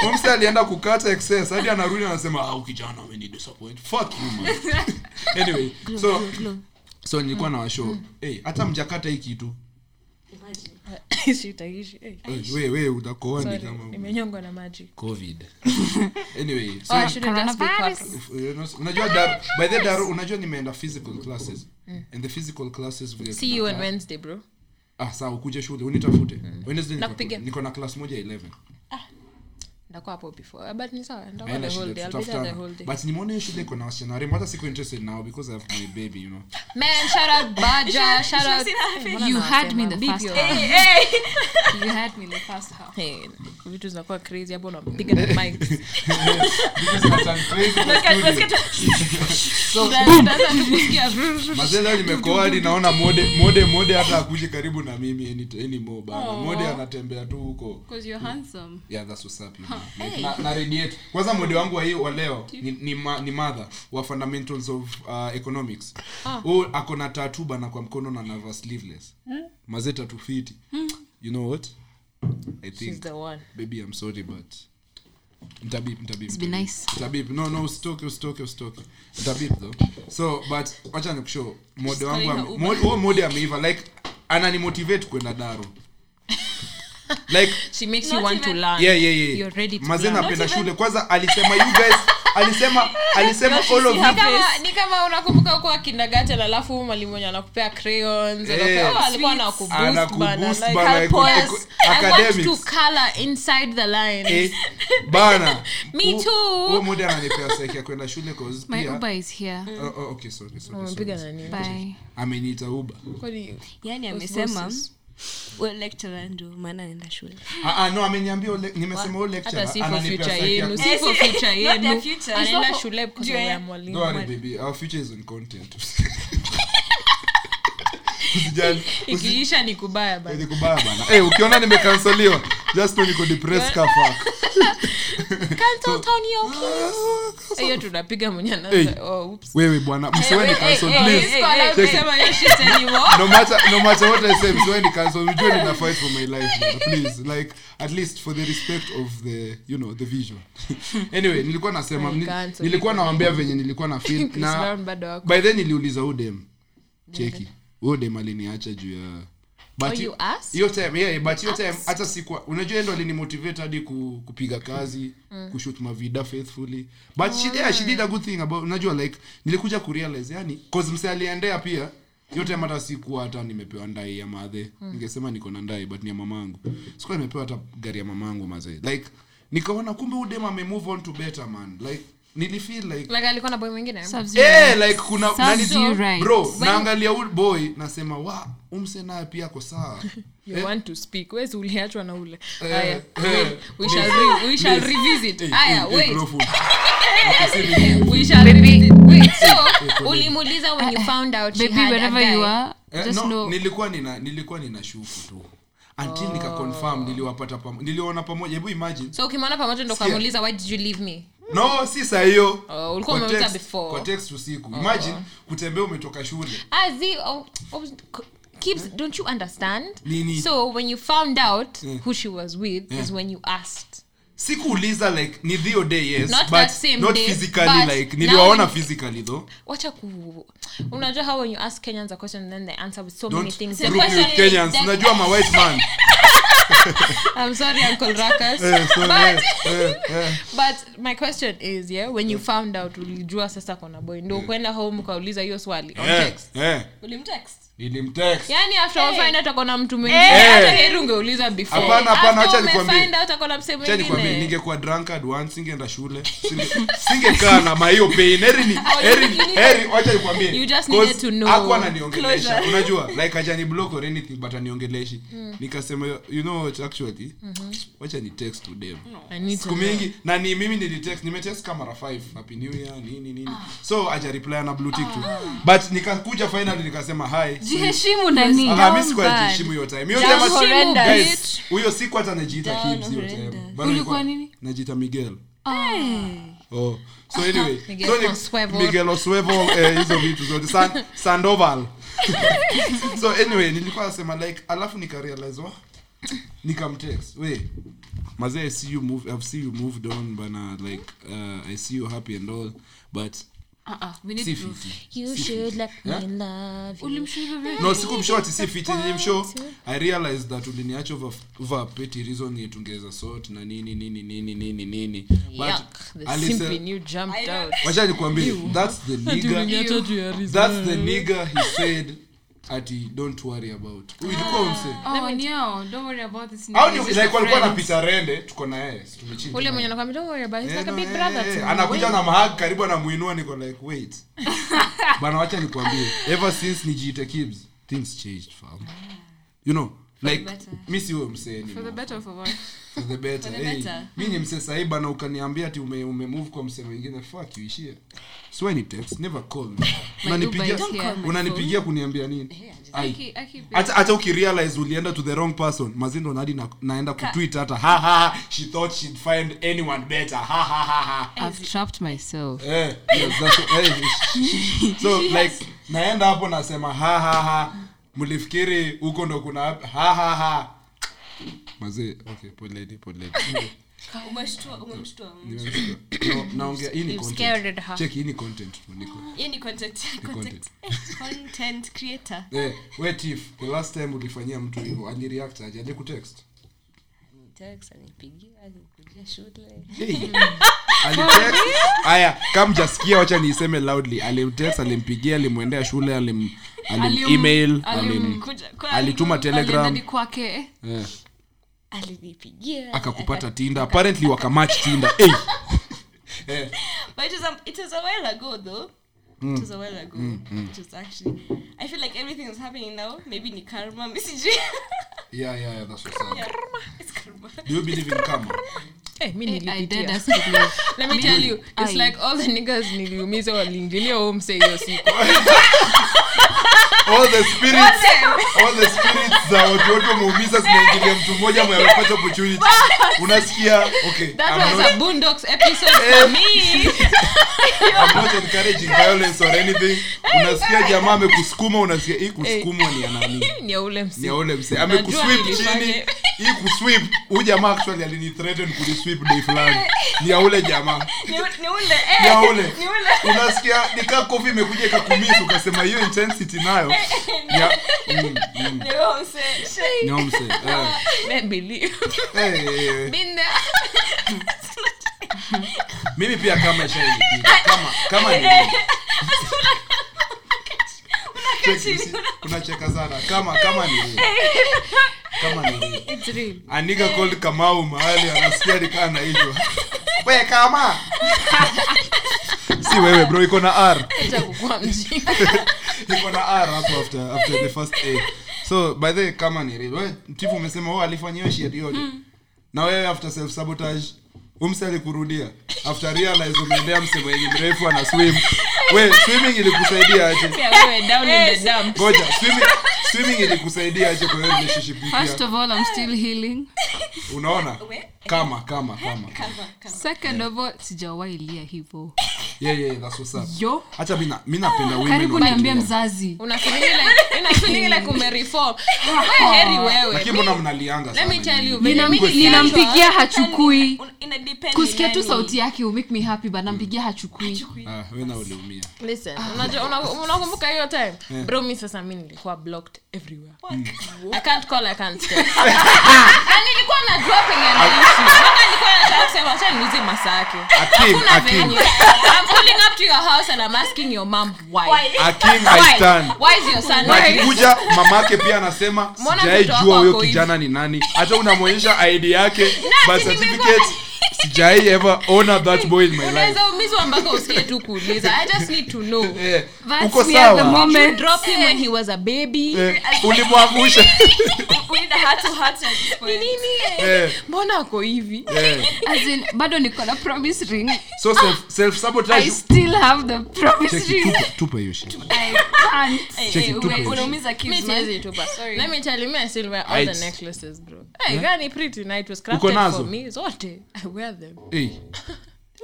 homsi alienda kukata excess hadi anarudi anasema au kijana ameni disappoint fuck you man anyway so so nilikuwa na washow eh hata mjakata hii kitu Eh, we we utakoa ni
Sorry,
kama
nimenyongwa na maji
covid anyway so
Oh, I shouldn't just be coughing.
you know, unajua dar, by the dar unajua nimeenda physical classes and the physical classes vile
Mm. see you Mm. on
tunakaa-
wednesday bro
ah saa ukuje shule unitafute Wednesday niko-
Nakupigia.
niko na class moja ya 11
ndakuwa hapo before Eh, but ni sawa ndakuwa
Haina
the
shida,
whole day i'll be there the
tutafutana.
whole day
but nimeona hiyo shule iko na wasichana warembo hata siko interested now because i have my baby you know
man shout out baja shout out Mbona
You had me
nawasema?
the
Beep
first
your-
half.
Hey,
You had me the first half.
Hey, vitu zinakuwa crazy hapo unapiga na mic
This is not an crazy for studio.
sasa tukusikia.
Mazee leo nimekoa hadi naona mode mode mode hata akuji karibu na mimi any anymore bana
Oh.
mode anatembea tu huko
'Cause you're handsome.
yeah that's what's up you know. like, na, na radiate kwanza mode wangu wa hii wa leo ni, ni, ma, ni mother wa fundamentals of uh, economics oh. ako na tatu bana kwa mkono na nava sleeveless hmm? maze tatu fiti you know what i
she's
think
the one
baby i'm sorry but mtabip mtabip
It's been nice.
mtabip no no usitoke usitoke usitoke mtabip though so but wacha nikushow mode wangu
calling
ame-
her
mo- huo mode ameiva like ananimotivate kwenda daro like
she makes you want to learn
yeah, yeah, yeah.
You're ready to
Mazee
learn.
napenda shule kwanza alisema you guys alisema alisema all of
Ni
you
kama- Ah, ni kama unakumbuka kuwa kindagat alafu mwalimunya anakupea crayons anakupea-
Eh.
oh, alikuwa na
Anakuboost bana, like, eco- academics. eh,
kubana
bana
Me
Huo-
too.
huo muda ananipea psyche ya kwenda shule cause
My
pia
Uber is here.
Oh, oh, okay sorry sorry,
Umepiga
sorry
nani?
Bye.
ameniita uba
yani Yaani amesema "Wewe lecturer ndio maana anaenda shule
ah ah, no ameniambia ole- nimesema o
hata
lecture
si for
ananipea
future
psyche ya
yenu
kwenda
Eh, si for future eh.
Not their
yenu
future.
anaenda
It's not
shule because
for-
ya
Juu
mwalimu
Don't worry baby our future is on content Usijali. Usi-
ikiisha ni kubaya bana.
Ni kubaya bana eh ukiona nimekanseliwa just to niko depressed ka fuck
Cancel town yo. Eh, hiyo tunapiga mwenye anaanza,
Hey.
oh, oops.
wewe bwana msiwe
eh,
ni cancel please
Hey, hey, hey,
Check it.
sema hiyo shit anymore.
no matter no matter what I say, msiwani cancel. Mjue nina fight for my life, man. please. Like at least for the respect of the you know the visual. anyway, nilikuwa nasema ni,
Cancel.
nilikuwa nawaambia venye nilikuwa na feel
Chris
na
Brown bado wako.
by then niliuliza huyu dem cheki huyu dem aliniacha juu ya
Oh,
but
you asked?
hiyo time yeah but hiyo time hata sikuwa unajua yeye ndo alinimotivate hadi ku, kupiga kazi kushoot mavida faithfully but she, yeah, she did a good thing about unajua like nilikuja kurealize yani cause mse aliendea pia yote hata sikuwa hata nimepewa ndai ya madhe ningesema niko na ndai but ni ya mamangu sikuwa nimepewa hata gari ya mamangu mazee like nikaona kumbe udem amemove on to better man like nilifeel like
Like alikuwa na boy mwingine.
Serves you
Eh,
right.
like kuna nani-
you right.
bro naangalia huyu boy nasema wa umse naye pia ako sawa
You want to speak. Wezi uliachwa na ule.
Eh,
Haya.
eh,
We shall re- we shall
please. Eh,
revisit. Haya,
eh, eh,
wait.
bro, fool.
We shall revisit. Wait, so ulimuuliza when you found out she
Baby,
had a
wherever you
guy.
are,
Eh,
just
no,
know.
nilikuwa nina nilikuwa nina shuku tu until
Oh.
nikaconfirm niliwapata pamo- niliwaona pamoja hebu imagine
So ukimwona pamoja ndo
Sikia.
ukamuuliza why did you leave me?
no si saa hiyo
Oh, ulikuwa
Kwa
umeuliza
text-
before. Oh.
kwa text usiku imagine kutembea umetoka shule
Ah, Z, oh, oh, c- keeps, don't you understand?
Eh? Nini? Eh.
So when you found out
Yeah.
who she was with
Yeah.
is when you asked.
sikuuliza like ni the day yes
Not
but
that same
not
day,
physically
but
like
now
niliwaona
when-
physically though
wacha ku unajua how when you ask kenyans a question then they answer with so many
don't
things
group me
question
with
is
kenyans
that-
najua my white man
i'm sorry uncle rakas
Eh, so, eh, eh, eh.
but my question is yeah when you found out ulijua sasa kona boy ndo ukwenda home ukauliza hiyo swali on
Eh,
text
eh.
ulimtext
Nilimtext.
yani after
Hey.
ufind out akona mtu
Hey.
mwingine hata heri ungeuliza before
Hapana, hapana,
After
wacha nikwambie.
umefind out akona mse
Acha nikwambie,
mwingine
ningekuwa drunkard once singeenda shule Singe- singekaa na mahiyo pain heri
Oh,
ni heri
you needed-
heri wacha nikwambie
You just
cause
needed to know.
hakuwa ananiongelesha
Closure.
unajua like hajani block or anything but aniongelesha
Mm.
nikasema you know what actually
Mm-hmm.
wacha ni text to them
I need to
siku
know.
mingi na ni mimi nilitext nimetext kama mara 5 happy new year nini nini
Ah.
so ajareply na blue tick tu but nikakuja finally nikasema hi
jiheshimu nani
Ah, mi sikuwa najiheshimu hiyo time hiyo time hata-
horrendous.
Guys, huyo siku hata najiita
Down
Kibbs hiyo time.
horrendous.
Bado nilikuwa-
nini?
najiita miguel oh. so anyway
Miguel
so ni-
Oswevo.
Miguel Oswevo, eh, hizo vitu zote San- sandoval so anyway nilikuwa nasema like alafu nikarealize wa nikamtext we mazee i see you move i've seen you moved on bana like uh, i see you happy and all but
Uh-uh,
si fiti
You should let me
Yeah?
love you.
no sikumshoti si fiti nilimsho i realized that uliniacha over, over petty reason yetu tungeza sort na nini nini nini nini nini
Yuck,
but
the
alise
simply new jumped
I
out.
wacha nikwambie that's the nigga that's the nigga he said ati don't worry about Huyu ilikuwa
Ah.
umse
Oh,
au ni like walikuwa napita rende tuko na yeye si tumechinda
Ule
naye.
mwenye anakwambia don't worry about it, he's
Eh,
like a
no,
big
eh,
brother
eh,
to me.
anakuja na mahag karibu anamuinua niko like wait bana wacha nikwambie ever since nijiite kibs things changed fam
Ah.
you know like mi si huyo msee anymore. For the better,
the
hey.
better.
mi
Hmm.
ni msee sahi bana ukaniambia ati ume, umemove kwa msee mwingine fuck you ishia so any text never call me unanipigia
Don't call my
unanipigia kuniambia nini Ai. hata hata ukirealize ulienda to the wrong person mazindo nadi na, naenda kutwit hata ha ha she thought she'd find anyone better ha ha ha ha
I've trapped myself.
Eh, yes, that's what- eh, sh- so like naenda hapo nasema ha ha ha mlifikiri huko ndo kuna hap- ha ha ha mazee okay poleni poleni
umeshtua umemshtua
Nimemshtua. No, naongea hii ni
You've
content.
scared her.
check hii ni content tu, niko
Hii ni content
content.
content content creator
eh we thief the last time ulifanyia mtu hivyo alireact aje alikutext
Text, alinipigia, alikuja shule.
alitext aya kamjasikia wacha niiseme loudly alimtext alimpigia alimwendea shule alim, alim,
Alim-
E-, email
alim-
alim,
Kuja- kwa-
alituma telegram
Aliendadi kwake eh?
eh,
alinipigia
akakupata tinda apparently wakamatch tinda hey. eh,
but it was a, it was a while ago though
Mm.
It was a while ago. It was actually. I feel like everything is happening now. Maybe ni karma. Message.
yeah, yeah, yeah, that's what's up.
it's karma.
Do you believe in karma?
Eh, mi
I
nilipitia.
did ask you please.
Let me tell you, it's
Ai.
like all the niggas niliumiza waliingilia home say hiyo siku.
all the spirits all the spirits za watu wote wameumiza zinaingilia mtu mmoja mwenye amepata opportunity unasikia okay
That
I'm
was
not,
a Boondocks episode for me.
I'm not encouraging violence or anything unasikia jamaa amekusukuma unasikia hii kusukumwa ni ya nani
Ni ya ule msi-
ni ya ule mse
Najua
amekuswip chini
nilifanya.
hii kuswip huyu jamaa actually alinithreaten kuniswip day fulani ni ya ule jamaa
Ni u- ni ule.
Ni ya
Eh.
ule
Ni ule.
unasikia nikaa kofi imekuja ikakumis ukasema hiyo intensity nayo ya mm, mm.
Ni ule mse- shit.
Ni wa mse eh.
Me believe.
Eh, eh, eh.
Been there.
mimi pia kama ishainipiga kama kama ni Cheki, si- unacheka sana kama kama ni real. kama ni real.
It's real.
anika called kamau mahali anasikia nikaa naitwa we kama si wewe bro iko na r
Acha kukuwa mjinga.
iko na r hapo after after the first a so by the way, kama ni real wewe tifu umesema wewe alifanyia shit yote na wewe after self sabotage umse alikurudia after realize umeendea msemo yenye mrefu ana swim we swimming ilikusaidia aje
Pia wewe down in the dump.
ngoja swimming swimming ilikusaidia aje kwa hiyo relationship
first
mpya
of all i'm still healing
unaona kama kama kama
Karma, karma.
second of all sijawahi lia hivyo
yeah, yeah, that's what's up.
yo
Acha mina mina penda women.
karibu
wanatulia.
niambie mzazi
Lakini mbona mnalianga sana? nyinyi?
Ninam- ninampigia hachukui
Un- ina depend
kusikia tu
nani.
sauti yake will make me happy but nampigia hachukui
Ah, wewe na uliumia.
Listen, unajua- una- unakumbuka hiyo time bro mi sasa mi nilikuwa blocked everywhere
Mm.
i can't call i can't text. Na nilikuwa najua penye anaishi Mpaka nilikuwa nataka kusema acha niuze masaa yake
Akim,
Hakuna
Akim.
venye. i'm pulling up to your house and i'm asking your mom why
Akim,
Why?
I stand.
Why is your son
Na
like this?
akikuja mamake pia anasema
Mbona
sijai
mtoto
jua
wako
huyo
ako hivi?"
kijana ni nani hata unamwonyesha id yake birth
nimekuwa-
certificate sijai ever honor that boy in my life
unaweza umizwa mpaka usikie tu kuuliza i just need to know
Eh,
That's
uko
me at the
sawa
moment.
You dropped him when he was a baby
Eh, ulimwangusha
We need a heart to heart at this
Ni
point.
nini
Eh,
mbona ako hivi
eh.
As in, bado niko na promise ring
Ah,
so self, self
i
sabotage
still have the promise ring
tupa hiyo shit
i can't
Check it, tupe.
Una- unaumiza kids,
Mi
man.
siwezi tupa.
Sorry.
Let me tell you, me, I still wear all the
Aight.
necklaces, bro. Hey, gani pretty na it was crafted
Uko nazo?
for me. Zote, I wear them.
Eh.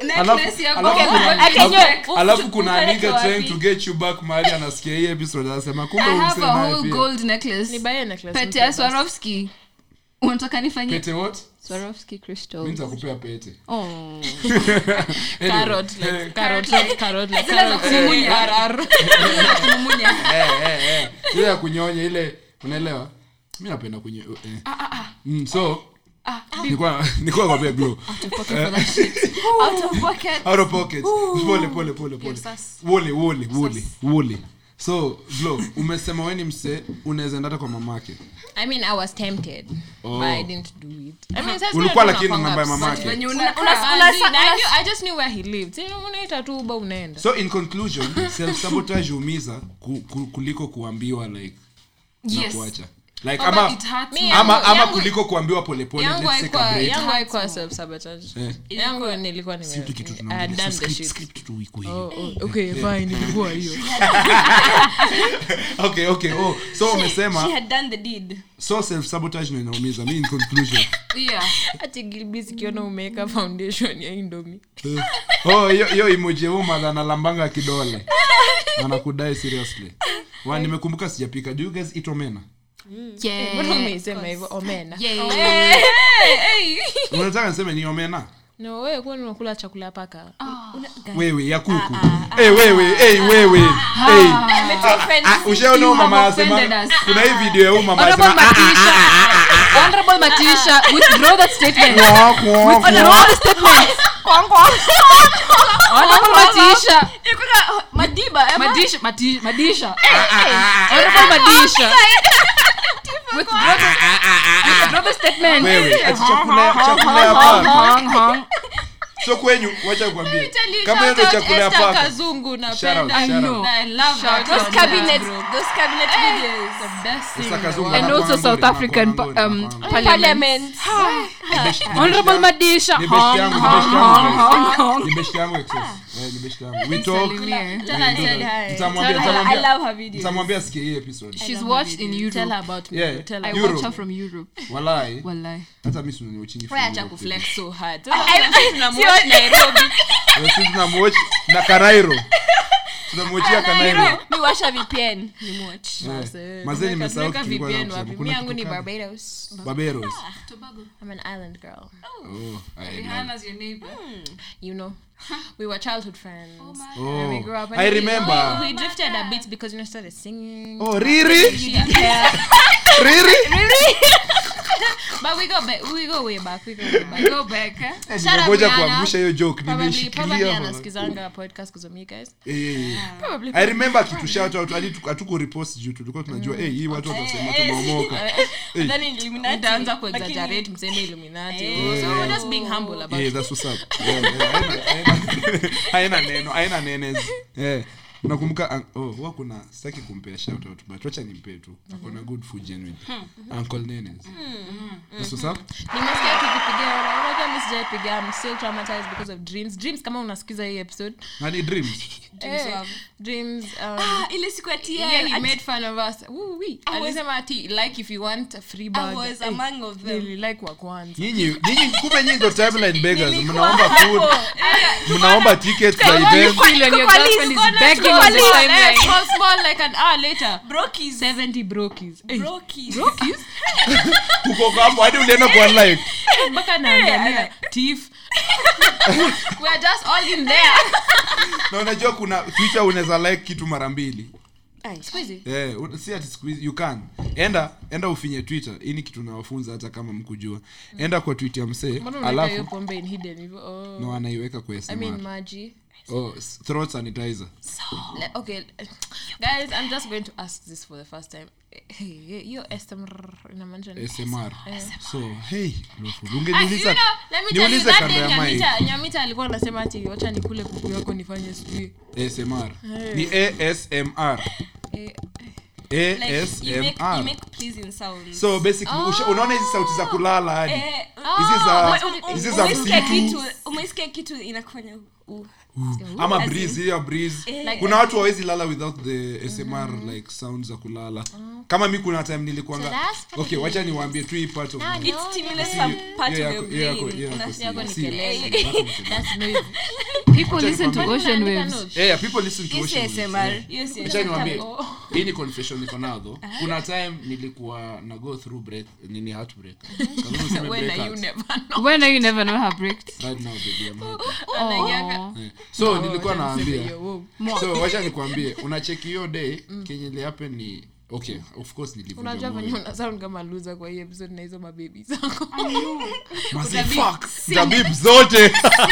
Necklace ya
alafu-
gold.
alafu-
Okay,
alafu-
nyoe.
alafu kuna
Upeleke
nigga
wapi?
trying to get you back mahali anasikia hii episode anasema kumbe
i
huyu
have
msee
a
naye
whole
pia.
gold necklace
Nibuy a necklace
pete
mpya
ya
basi.
swarovski unataka nifanye
pete what
swarovski
mi
crystal
nitakupea pete
oh.
Anyway,
Carrot, like,
eh,
carrot, not carrot, like,
Zile za
carrot,
kumumunya.
eh, RR.
eh, eh, eh. ile ya kunyonya ile unaelewa mi napenda kunyo eh.
Ah,
mm, so nilikuwa nilikuwa kwambia bro
Ah, out of pocket
out of pocket pole pole pole pole wole wole wole wole so glo umesema weni msee unaweza enda hata kwa mamake
I mean, I was tempted,
Oh.
but I didn't do it. I mean, sasa unajua
ulikuwa lakini
unakwanga
namba ya
upset.
mamake
As
Una-
in, I knew- I just knew where he lived. Si unaita tu Uber unaenda.
so in conclusion self sabotage huumiza ku, ku, kuliko kuambiwa like na
Yes.
kuacha like
But
ama
it hurts
Me,
me.
yangu-
ama, ama
yangu-
kuliko kuambiwa polepole
yangu
let's take a
haikuwa-
break
yangu haikuwa self-sabotage.
Eh.
Yangu nilikuwa nime-
Kitu kitu
I had
tunaongelea,
Ah, done
so
the
script-
shit.
script tu iko hivi.
Oh, oh,
Eh.
okay, fine, ilikuwa hiyo.
okay okay oh so
She
umesema
had done the deed.
so self sabotage ndio inaumiza me in conclusion
yeah
hati gilbis ikiona umeweka foundation ya indomi
Eh. oh hiyo hiyo emoji ya huyu madha analambanga kidole anakudai seriously wa nimekumbuka sijapika do you guys eat omena
mbona
yeah
umeisema hivyo omena
yeah
unataka niseme ni omena
no wewe kwani unakula chakula ya paka
wewe ya kuku
Ah,
Eh, wewe eh, wewe Eh. Ah, ushaona huyu mama
have offended
anasema
us.
kuna hii video ya huyu mama
honorable
anasema,
matisha honorable matisha withdraw that statement
"Ah, kuwa, kuwa, kuwa."
withdraw the statement honorable matisha madisha mati- madisha honorable madisha withdraw the, withdraw the statement
wewe ati chakula chakula ya
Hong,
paka
hong, hong.
so kwenyu wacha kuambia kama hiyo ndio chakula ya paka
kazungu
Shout out,
I
shout out.
know.
I love
Shout
those
out.
cabinets.
Those cabinet videos.
Sasa Kazungu
And
anakuwa
also
nguri,
South
anakuwa
African pa-
nguri,
um,
anakuwa nguri.
parliament.
Ni best- ni
Honorable
best
Madisha.
yangu, ni best
Hong,
yangu, ni
hong,
best yangu,
hong, hong, hong.
guys. Ni best yangu, excess. Eh, ni best yangu. We talk,
Salimia.
Tell her I said hi.
Mtamwambia-
Tell her
I
mtamwambia-
love her videos.
mtamwambia asikie hii episode.
She's watched in
tell her
Europe.
about me
Yeah.
bro,
I
tell her
Europe.
watched her from Europe.
Walai,
Wallahi.
hata mi sina niwachingi
Wewe
from
acha
Europe.
kuflex so hard
Sio-
Eh, sisi tunamwatch na kanairo tunamwachia kanairo
Mi washa VPN. Ni watch.
Eh, mazee nimesahau kitu nilikuwa nataka kusema.
mimi
Kuna
yangu ni
kitu kama-
barbados
Barbados.
i'm an island girl
Oh, I know.
you know we were childhood friends
Oh,
we grew up and
I
we- Oh,
remember.
we, we drifted a bit because you know started singing
Oh, Riri? Riri?
but we go back we go way back we go way back
Go back, eh?
Eh,
Shout out
ngoja
Rihanna.
kuangusha hiyo joke
probably probably
nimeishikilia bwana.
anaskizanga podcast because of me guys
Eh, eh, eh.
probably
i remember akitushoutout hadi tu- hatuku repost juu tulikuwa tunajua eh, hii watu watasema tumeomoka Eh.
Then Illuminati.
utaanza kuexaggerate mseme illuminati
Eh.
so we're just being humble about
Yeah,
it
eh, that's what's up. Yeah, yeah, haina- haina- haina neno haina nenezi Eh, nakumbuka an- oh, huwa kuna sitaki kumpea shoutout but wacha nimpee tu akona good Hmm. food genuine uncle nenez That's what's up?
nimesikia tukipigia ora ora kama sijaipiga I'm still traumatized because of dreams dreams kama unasikiza hii episode
nani dreams
eh, dreams um,
Ah, ile siku ya TL,
yeah, he
ati-
made fun of us Woo, wee.
I was-
alisema ati like if you want a free
I
burger
was
Eh,
among of them.
nililike wa kwanza
nyinyi nyinyi kumbe nyinyi ndo timeline beggars
Nilikuwa
mnaomba food mnaomba tickets za events
Feel when your
Tuko list,
girlfriend is
tuko list,
begging
tuko
on the
list.
timeline. Small, small, like an hour later.
Brokies.
70 brokies. Eh,
Brokies.
brokies?
huko kama hadi ulienda kwa live
Eh, mpaka naangalia thief. We are just all in there.
na unajua kuna twitter unaweza like kitu mara mbili
Siku hizi,
Eh, un- si ati siku hizi you can enda enda ufinye twitter hii ni kitu nawafunza hata kama mkujua enda kwa twitter ya msee
mbona unaweka hiyo
alafu
pombe in hidden hivyo? Oh.
no anaiweka kwa
I mean,
sma
maji.
oh, s- throat sanitizer
Le- okay guys i'm just going to ask this for the first time Hey, hey, hiyo SMR inamaanisha nini?
smr
Eh.
so hey lofu
Ah, you
ungeniuliza
know, let me tell you
niulize
that
kando
day
ya mic
Nyamita- nyamita alikuwa anasema ati wacha nikule kuku yako nifanye sijui
smr ni asmr
Eh,
Like, you make- you
asmr
make pleasing sounds.
so basically usha- unaona hizi sauti za kulala hadi
Eh,
hizi za
ume- ume-
hizi za
umesikia
msitu
kitu- umesikia kitu inakufanya u- u-
ama breeze hiyo breeze
Eh.
kuna watu hawezi lala without the smr like sound za kulala kama mi kuna time
So
nilikuanga
that's what
okay wacha niwaambie tu hii part of my-
it stimulates some part of
hiyo
your
yako- hiyo yako-
brain.
hiyo yako
Unas-
si-
yako ni
si-
kelele.
si- yako ni kelele.
that's noisy.
people listen to
Kwani
ocean
Unaandika
waves
notes?
Eh, people listen to
Yes,
Ocean Waves,
ASMR.
yeah.
Yes, yes.
Acha niwaambie,
Oh.
hii ni confession niko nayo though.
Eh?
kuna time nilikuwa na go through break nini heartbreak Kama useme
When are Eh? you
breakout.
never know?
when are you never know her breaked
right now baby I'm happy.
oh.
Eh, so nilikuwa
Wacha niseme
naambia
hiyo, wow.
so wacha nikwambie unacheki hiyo day kenye liape ni okay of course nilivunja
Mm. unajua
moyo.
venye una sound kama loser kwa hii episode na hizo mabebi zako
Mazi, fuck, zabib zote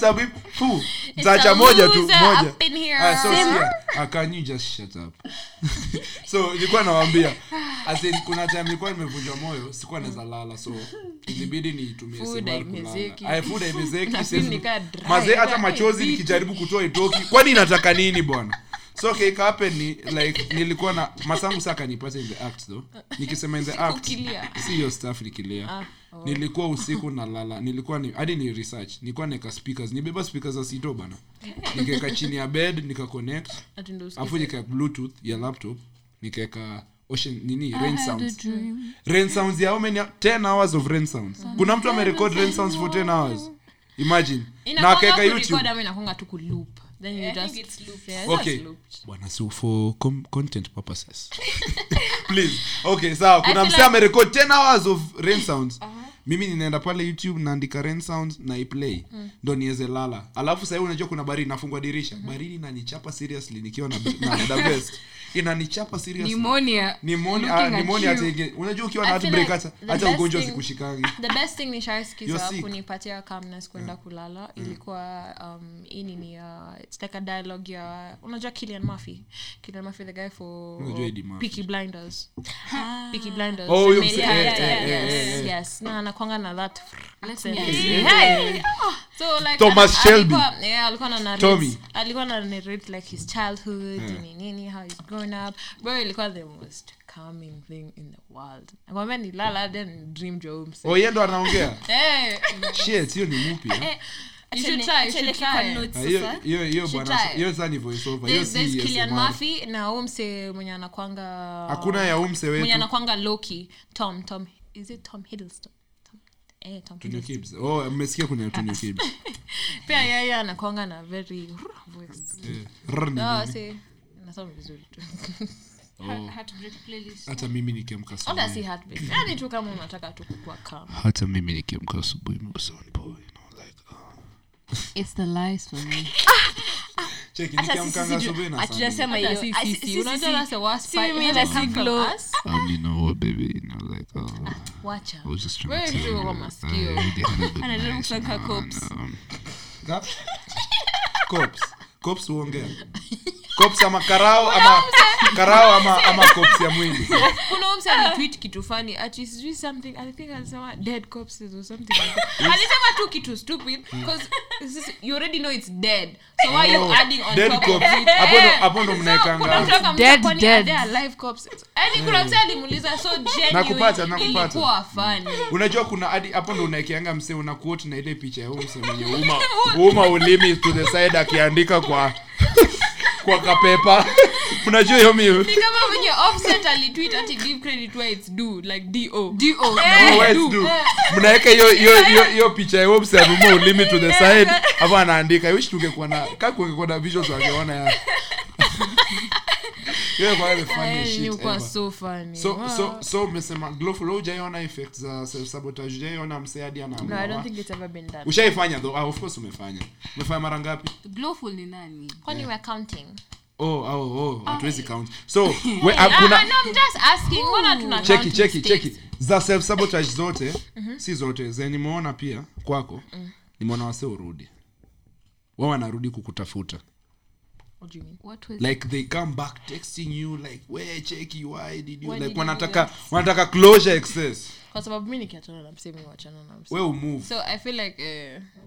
zabib fu zacha moja tu
uh,
moja Ah, so sikia, ah, can you just shut up so nilikuwa nawambia As in, kuna time nilikuwa nimevunja moyo sikuwa naweza lala so ilibidi niitumie
Food
SMR
haimezeki.
kulala. Ah, food haimezeki,
Na
siwezi-
feel nikaa dry.
mazee hata
Nikaa
machozi
hivi.
nikijaribu kutoa itoki kwani inataka nini bwana so keikape ni like nilikuwa na masangu saa kanipata in the act though nikisema in the act
Ukilia.
si hiyo staff nikilia
Ah, oh.
nilikuwa usiku nalala nilikuwa ni hadi ni research nilikuwa neka speakers nibeba speakers za sito bana
Eh.
nikaeka chini ya bed nika connect
Ati ndo usikie.
afu nikaeka bluetooth ya laptop nikaeka ocean nini rain sounds rain sounds ya how many 10 hours of rain sounds kuna mtu amerecord rain sounds for 10 hours imagine na
Inakuanga
akaeka
kurecord
youtube
ama inakuanga tu kuloop. Then you just- Yeah, it's
okay
just looped.
bwana so for com- content purposes please okay sawa kuna
feel
msee
like- Uh-huh.
amerekod 10 hours of rain sounds mimi ninaenda pale youtube naandika rain sounds na iplay
Mm.
ndo niweze lala alafu sahii unajua kuna baridi nafungwa dirisha
Mm-hmm.
baridi inanichapa seriously nikiwa na, na, na vest inanichapa seriously
pneumonia
Nimoni-
uh,
ah,
Looking at
nimoni
you.
hata inge- unajua ukiwa na
I feel
heartbreak
like
hata
the
hata
best
ugonjwa
thing-
zikushikangi
the best thing
You're
nishaiskiza
sick. Mm.
kunipatia calmness kwenda kulala ilikuwa um, hii nini ya its like a dialogue ya unajua kilian murphy kilian murphy the guy for
Unajua Eddie Murphy.
Peaky blinders Peaky blinders
Oh, huyo
Made-
mse-
yeah,
eh,
yeah,
eh,
yeah,
eh,
yes,
eh, eh.
yes na anakwanga na that accent.
Hey.
Hey! So, like,
Thomas
ana-
Shelby.
alikuwa- yeah, alikuwa na narrate-
Tommy. Mm.
alikuwa na narrate like his childhood nini nini how he's grown up bro ilikuwa the most calming thing in the world nakwambia nilala then dream jobs
oye Oh, ndo anaongea
Hey,
shit hiyo ni eh? mupya
you should try, you should try.
Eh, hiyo hiyo bwana
try.
hiyo sasa ni voice over hiyo
There's- there's
si
Killian
ASMR.
Murphy na huyu mse mwenye anakwanga
hakuna ya umse
mwenye
wetu
anakwanga Loki Tom Tom is it Tom Hiddleston Tom, eh, Tom
Tunio
Hiddleston.
Gibbs. Oh, mmesikia kuna ya
Ah.
Tunio Gibbs.
pia yeye anakwanga na very voice
Eh,
Oh,
rrr ni
Ah,
nini?
see, nasoma vizuri tu
Oh. hata mimi nikiamka
hata
asubuhi
si heartbeat yani tu kama unataka tu kukua calm
hata mimi nikiamka asubuhi mi was on boy, you know, like, oh.
it's the lies for me
Cheki, nikiamkanga asubuhi na saa nne.
Hatujasema hiyo.
Hata si
Ah, si-
sisi,
si-
unajua
si-
that's the worst
si
part.
mimi
It
na
hasn't come
si
from
Glo.
us.
Um, you know what, baby? You know, like, oh,
wacha
I was just
Wewe
trying to
ndio
tell you. uh,
wa
that I
masikio.
really had a good
Anajaribu
night,
kutoka
man.
cops.
Um,
Cops. Cops huongea cops ama karao ama karao ama ama cops ya mwili
kuna mse alitwit kitu fani ati sijui something i think alisema dead corpses or something like that. alisema tu kitu stupid because you already know it's dead so why you
Oh,
adding on
dead
top
cops.
of it
Hapo ndo-
Eh.
hapo ndo
So,
mnaekanga.
kuna mtu akamuuliza,
Dead,
kwani
dead.
are there alive corpses? Yaani kuna mse alimuuliza so genuine,
Nakupata, nakupata.
ilikuwa funny
unajua kuna hadi hapo ndo unaekeanga mse una quote na ile picha ya huyu mse mwenye uma uma ulimi to the side akiandika kwa kwa kapepa unajua hiyo mimi
ni kama mwenye offset alitweet ati give credit where it's due like Eh. do
do
mnaweka hiyo hiyo hiyo hiyo picha ya huyo mse anuma ulimi to the side hapo anaandika I wish tungekuwa na kaka kungekuwa na visuals wangeona ya hiyo kwa the
Eh,
funny shit
ilikuwa
ever.
so funny
so
Wow.
so so umesema glowful hujaiona effect za self sabotage hujaiona mse hadi
no i don't
anaamua
think it's ever been done
ushaifanya though ah, of course umefanya umefanya mara ngapi
Glowful ni nani?
kwani we're counting
oh oh oh hatuwezi count so we, ah, kuna
Ah, no, I'm just asking. Mbona tuna
cheki
count
cheki
mistakes?
cheki za self sabotage zote si zote zenye nimeona pia kwako nimeona wase urudi wao wanarudi kukutafuta
What do you mean?
What was
like they come back texting you like we cheki why did you like wanataka wanataka closure excess
kwa sababu mi nikiachana na msemi wachana na msemi
we umove
so i feel like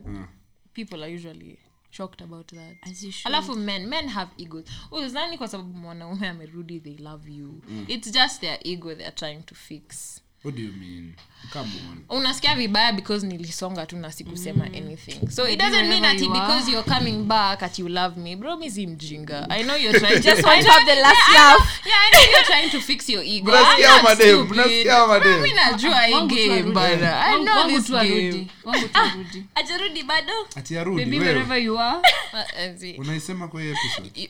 uh,
Mm.
people are usually shocked about that
As you should.
alafu men men have egos uzani kwa sababu mwanaume amerudi they love you
Mm.
it's just their ego theyare trying to fix
what do you mean come on
unasikia vibaya because nilisonga tu na sikusema anything so it doesn't mean
wherever
ati
you are.
because you're coming back at you love me bro mi si mjinga i know you're trying
just want to have the last laugh
yeah i know you're trying to fix your ego I'm
Mnasikia
not
madem
stupid.
mnasikia madem
Mi najua hii
Wangu tu
game
arudi.
bana. I
Wangu-
know
wangu
this
tu
game.
arudi. Wangu tu arudi. Ah,
ajarudi bado
ati arudi
Baby,
wewe
wherever you are.
Uh, uh, see.
unaisema kwa hiyo episode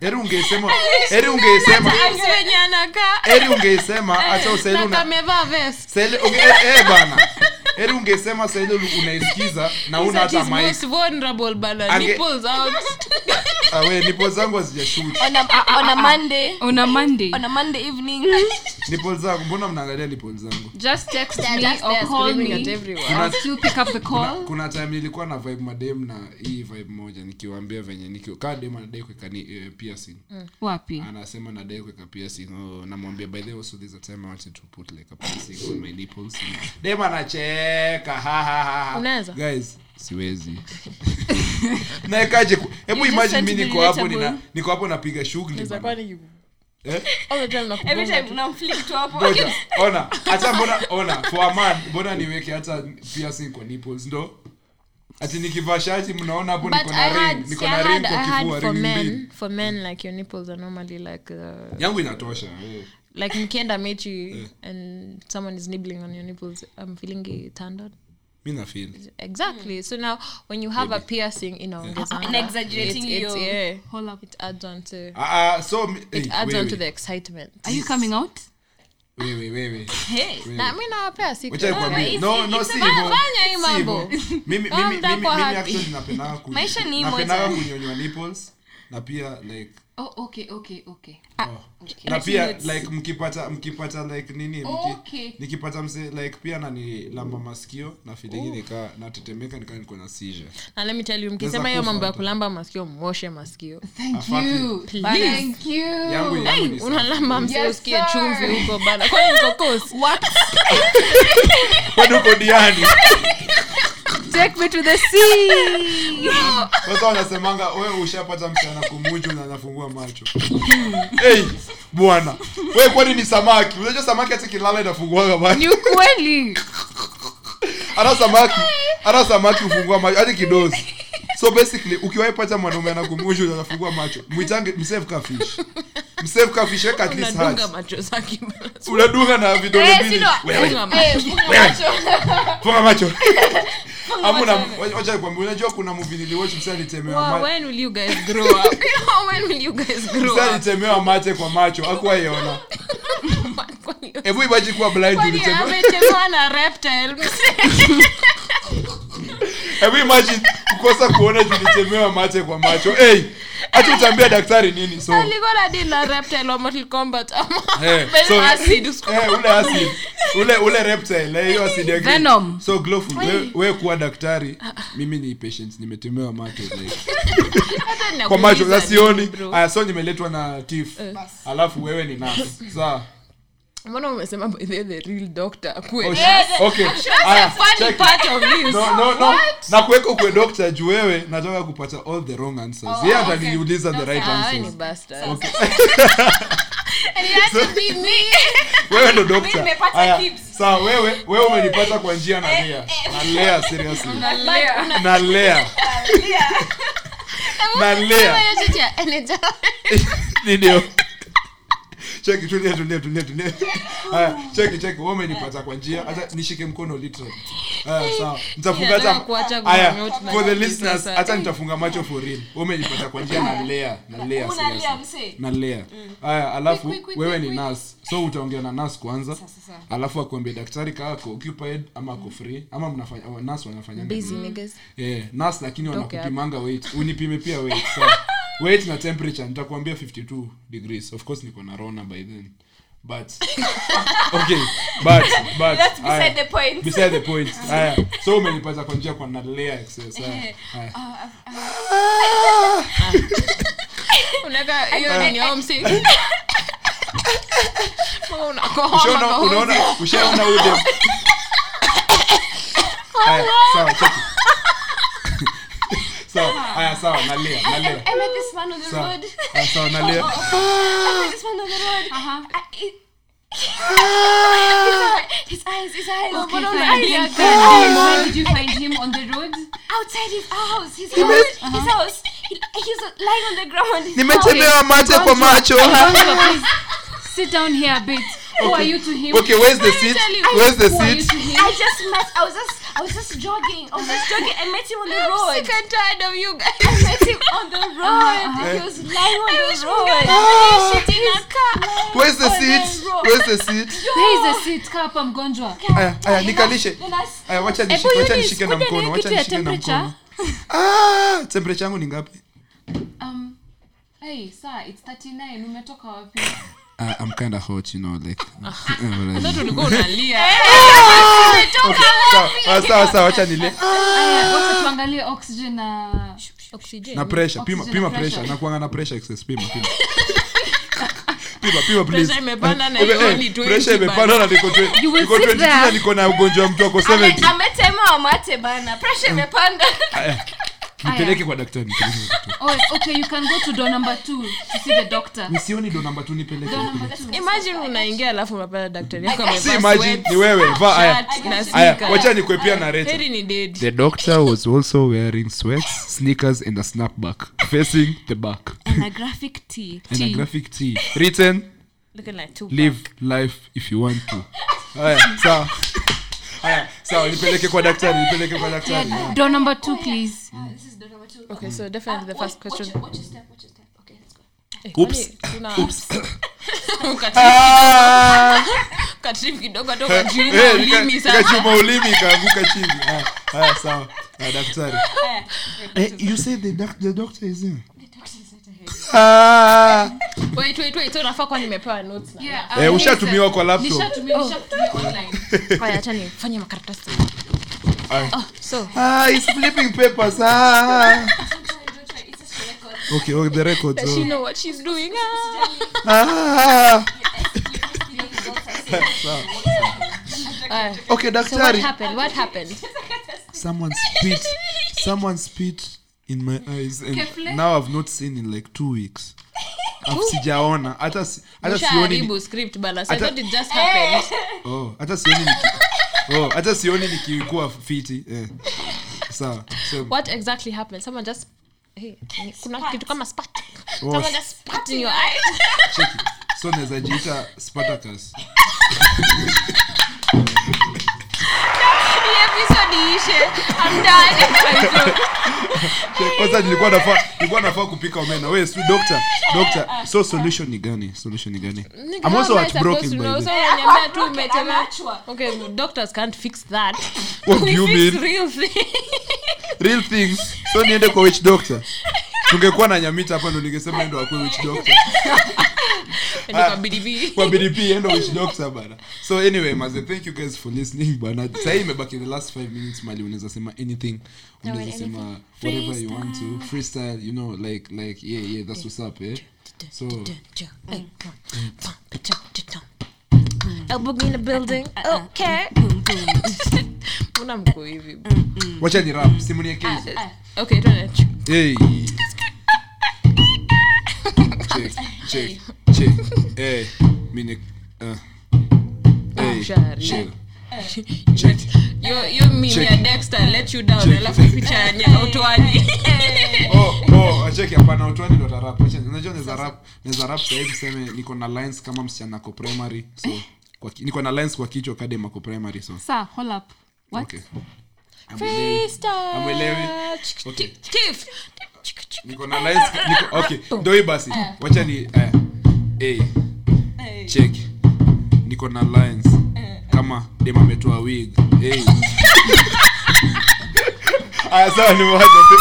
heri ungeisema heri ungeisema
Mse wenye anakaa
heri ungeisema acha usaili
na
una
kamevaa vest.
saili unge eh, eh, bana heri ungeisema saili ulu- unaisikiza na una
Such
hata
is
mic
most vulnerable bana.
Ange-
Nipples out.
Ah, we nipo zangu hazijashoot
on a, on a monday
ah, On a Monday.
on a monday evening
nipo zangu mbona mnaangalia nipo zangu
Just text me
just
or
there
call
Screaming at
Eh?
me.
everyone.
I'll still pick up the call.
kuna time nilikuwa na vibe madem na hii vibe moja nikiwaambia venye nikio kaa dem anadai kuweka ni eh, piercing
Wapi?
anasema nadai kuweka piercing oh, namwambia by the way also there's a time i wanted to put like a piercing on my nipples dem anacheka ha ha ha ha.
Unaweza?
guys siwezi naekaje ku- hebu imagine
trying
mi
to be
niko hapo
relatable.
nina niko hapo napiga shughuli
Unaweza
bana.
kuwa ni-
Eh?
all the time nakugonga
every
tu.
time unamflick tu hapo
Ngoja, ona hata mbona ona for a man mbona niweke hata piercing kwa nipples ndo ati nikivaa shati mnaona hapo
But
niko
I
na
had,
ring niko
see,
na
I
ring
had,
kwa
I
kifua
had for
ring mbili
men, for men, like your nipples are normally like, uh,
yangu inatosha eh.
like mkienda mechi and someone is nibbling on your nipples, I'm feeling tandon.
mi na feel
Exactly. So now, when you have a piercing, you know, there's
and
another-
exaggerating
it's, it's,
your
yeah,
Hold up.
it adds on to.
ah ah, so mi-
it
eh,
adds on
wewe,
to the excitement
Are you coming out?
wewe wewe wewe.
na mi nawapea siku.
Wacha nikwambie.
it's-
no
it's
no
a-
si
fanya
hivyo.
hii
Si
mambo.
hivyo. Mimi-
Calm
mimi-
down
mimi-
kwa
mimi
happy.
actually napendanga ku-
Maisha ni moja.
napendanga kunyonywa nipples na pia like
Oh, okay, okay, okay.
Oh,
na pia like mkipata mkipata like nini mki,
Okay.
nikipata mse like pia nanilamba masikio na filingi nika natetemeka nikaa niko na seizure
na let me tell you mkisema
Unaweza
hiyo mambo ya
kufa.
kulamba masikio mwoshe masikio
Thank
Afaki.
you.
Please.
Thank you.
yangu yangu ni safi.
unalamba msio
Yes,
usikie
sir.
chumvi huko bana kwani mkokosi
bado uko diani
take me to the sea
sasa wanasemanga we ushapata msichana kumuju na anafungua macho hey, bwana we kwani ni samaki unajua samaki hata kilala inafunguaga macho
ni ukweli
hata samaki hata samaki hufungua macho hata kidozi so basically ukiwaipata mwanaume anakumuju na anafungua macho mwitange msave ka fish msave ka fish weka at least
unadunga
heart
macho zake bana.
unadunga na vidole
Eh,
mbili
sino-
Wewe,
Funga macho.
funga macho Ama na- wacha nikwambie, unajua kuna movie niliwatch msee alitemewa
Wow,
macho
when will you guys grow up? When will you guys grow
Mzee
up?
alitemewa mate kwa macho akuwaiona
Kwani-
hebu ibaji kuwa blind
kwani
ulitemewa
ametemewa na reptile?
Hebu imagine kukosa kuona tulichemewa mache kwa macho hey, acha utaambia daktari nini so
alikuwa na deal na reptile wa Mortal Kombat ama
Eh,
Ah, very
so-
acid usiku.
eh, ule acid ule ule reptile eh, hiyo acid ya green.
Venom.
so glowful we, we kuwa daktari mimi ni patient nimetemewa macho like kwa macho za sioni aya so nimeletwa na tif
Eh.
alafu wewe ni oh, nas saa
mbona umesema by the way the real doctor
Oh,
kweli
shit. Okay. Aya, check.
part of this
No, no, no. na kuweka ukwe dokta juu wewe nataka kupata all the wrong answers
Oh,
yeye ataniliuliza the right
Ah, wewe ni
answers
bastard
Okay.
And it had to be me.
wewe ndo
Mimi
dokta
nimepata Eh,
aya
tips.
saa wewe wewe umenipata kwa njia na lea na lea seriously na lea na lea Ndio. cheki tulia tulia tulia tulia Haya, cheki cheki wewe umenipata kwa njia hata nishike mkono literally Haya, sawa nitafunga
Yeah, nataka
hata
kuacha
aya
kunyanyua
for the
tunajua
listeners
sasa.
hata nitafunga macho for real wewe umenipata kwa njia na lea na lea seriously
Unalia msee.
na lea haya alafu
Mm. Quick, quick, quick,
wewe
quick,
ni
quick.
nas so utaongea na nas kwanza alafu akuambie daktari kaa ako occupied ama ako free ama mnafanya wa- nas wanafanyanga
busy
nini?
niggas
eh nas lakini
Toke
wanakupimanga weight unipime pia weight so, weight na temperature nitakuambia 52 degrees of course niko na rona by then but okay but but
That's
aya,
beside the point.
beside the point haya so umenipata kwa njia kwa nalea excess haya
Eh,
haya.
uh,
unaka
Uh,
hiyo ni home sick
ushaona unaona ushaona ule Aya, sawa cheki sawa aya sawa nalia nalia
I met this man on the
sawa
road. Oh,
Aya, sawa nalia
I met this man on the road.
Uh-huh.
I- it-
Ah.
His eyes, his eyes. Mbona una eyes? Outside his house, his house,
Uh-huh.
his house. He- He's lying on the ground.
nimetemewa macho kwa macho okay where's the seat where's the seat
I just met. I was just. I was just jogging. I was just jogging. I met him on the road. I'm sick and tired of you guys. I met him on the road.
Uh-huh.
He was lying on the road. Shit in a car.
where's the
On the
seat
road.
where's the seat aya aya nikalishe
Then I s-
aya wacha nishike wacha nishike na mkono wacha nishike na mkono ah temperature yangu ni ngapi
Um,
Ah, I'm kind of hot you know like
ulikuwa unalia
Okay, sawa, ah, sawa sawa wacha nile
Ah.
na pressure pima
Oxygen na
pima
pressure.
pressure na kuanga na pressure excess pima pima pima pima please
Pressure imepanda na
Okay,
iko
eh,
ni 20
pressure
bado.
imepanda na niko twe-
You will
niko
sit
22 na
there.
niko na ugonjwa wa mtu ako 70
ametema wa mate bana pressure imepanda
Aya, nipeleke kwa daktari nipeleke kwa daktari. nisioni do namba 2 nipeleke
imagine unaingia alafu unapata daktari yako
si
amevaa
imagine
sweat,
ni wewe va aya
shirt na
aya
sneakers.
wacha nikwepia na rate
heri ni dead
The doctor was also wearing sweats, sneakers, and a snapback, facing the back.
na graphic tee
And a graphic T written,
looking like two
"Live life if you want to." Haya, sawa. Haya, sawa, nipeleke kwa daktari, nipeleke kwa daktari.
Oh,
okay so definitely the first question
Ah,
Eh,
watch your step watch your step okay let's go
Oops.
tuna
Oops. Ah!
katrimu kidogo hata
Eh,
ukajiuma
eh, nika-
ulimi sasa
nikachuma ulimi ikaanguka chini. Ah, Haya, haya, sawa. Haya, daktari. Eh, you said the doc- the doctor is in? Ah.
wait wait wait so nafaa kwa nimepewa notes na
uh,
Eh, ushatumiwa kwa laptop.
Oh.
haya acha nifanye makaratasi
Aya.
oh so
Ah, he's flipping papers. Ah. okay, okay, the records.
does she know what she's doing ah.
Ah.
Aya.
Okay,
so what
daktari.
happened what happened
Someone spit. Someone spit in my eyes, and now I've not seen in like two weeks. I've sijaona. Hata si- hata sioni. ni-
Ushaharibu script bana. So I
Ata-
thought it just
Eh.
happened.
Oh, hata sioni niki. Oh, hata sioni nikikuwa fiti. Eh. Sawa. So,
What exactly happened? Someone just Hey, kuna kitu kama spat.
Oh,
Someone just spat in your eye.
cheki. So naweza jiita Spartacus. kwanza nilikuwa nafaa nilikuwa nafaa kupika omena we si doctor doctor so solution ni gani solution ni gani i'm also
How am I supposed to know?
heartbroken
So
by the
unaniambia tu umetema. Okay, doctors can't fix that.
what do you
Fix
mean
real thing.
real things so niende kwa witch doctor tungekuwa na nyamita hapa ndo ningesema ndo akwe witch doctor Ah.
Kwa BDB.
kwa bdp endo witch doctor bana so anyway maze thank you guys for listening bana sahii imebaki the last 5 minutes mali unaweza sema anything unaweza sema whatever you want to freestyle you know like like yeah yeah that's what's up eh so
Elbow in the building. Okay. Mbona mko hivi?
wacha ni rap simu ni yake
Okay, tuende.
hey check check check hey mine uh hey
Shari.
chill check
Yo- yo mimi
Check.
ya Dexter, let you down,
Check.
alafu picha ya nya- utoaji.
oh oh acheki hapana utwani ndo tarap Acha- unajua naweza rap naweza rap sasa hivi tuseme niko na lines kama msichana ko primary so kwa ki- niko na lines kwa kichwa kadem ako primary so
Sir, hold up. What?
okay Amwelewi. Amwelewi. Okay.
Chief.
niko na lines niko, okay ndo hii basi wacha ni eh, eh, check niko na lines kama dem ametoa wig eh. aya sawa nimewacha tu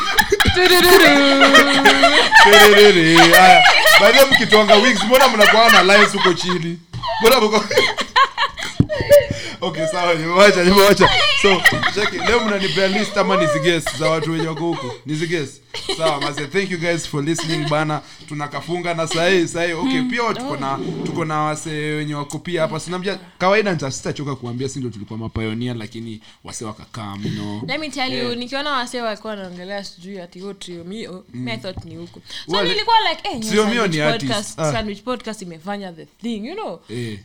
Tererere. Aya, baadaye mkitwanga wigs mbona mnakuwa na lines huko chini mbona mko okay sawa nimewacha nimewacha so cheki leo mnanipea list ama niziges za watu wenye wako huku niziges sawa mase thank you guys for listening bana tunakafunga na sahii sahii okay pia tuko na tuko na wase wenye wako pia hapa sinamja kawaida nita- sitachoka kuambia si ndio tulikuwa mapayonia lakini wase wakakaa mno
Let me tell you, nikiona wasee walikuwa wanaongelea sijui ati "Oh, trio mio mi I thought ni huko so
Mm. Wale-
nilikuwa like eh,
Trio Mio
sandwich
ni artist.
podcast,
Ah.
sandwich podcast imefanya the thing you know
eh,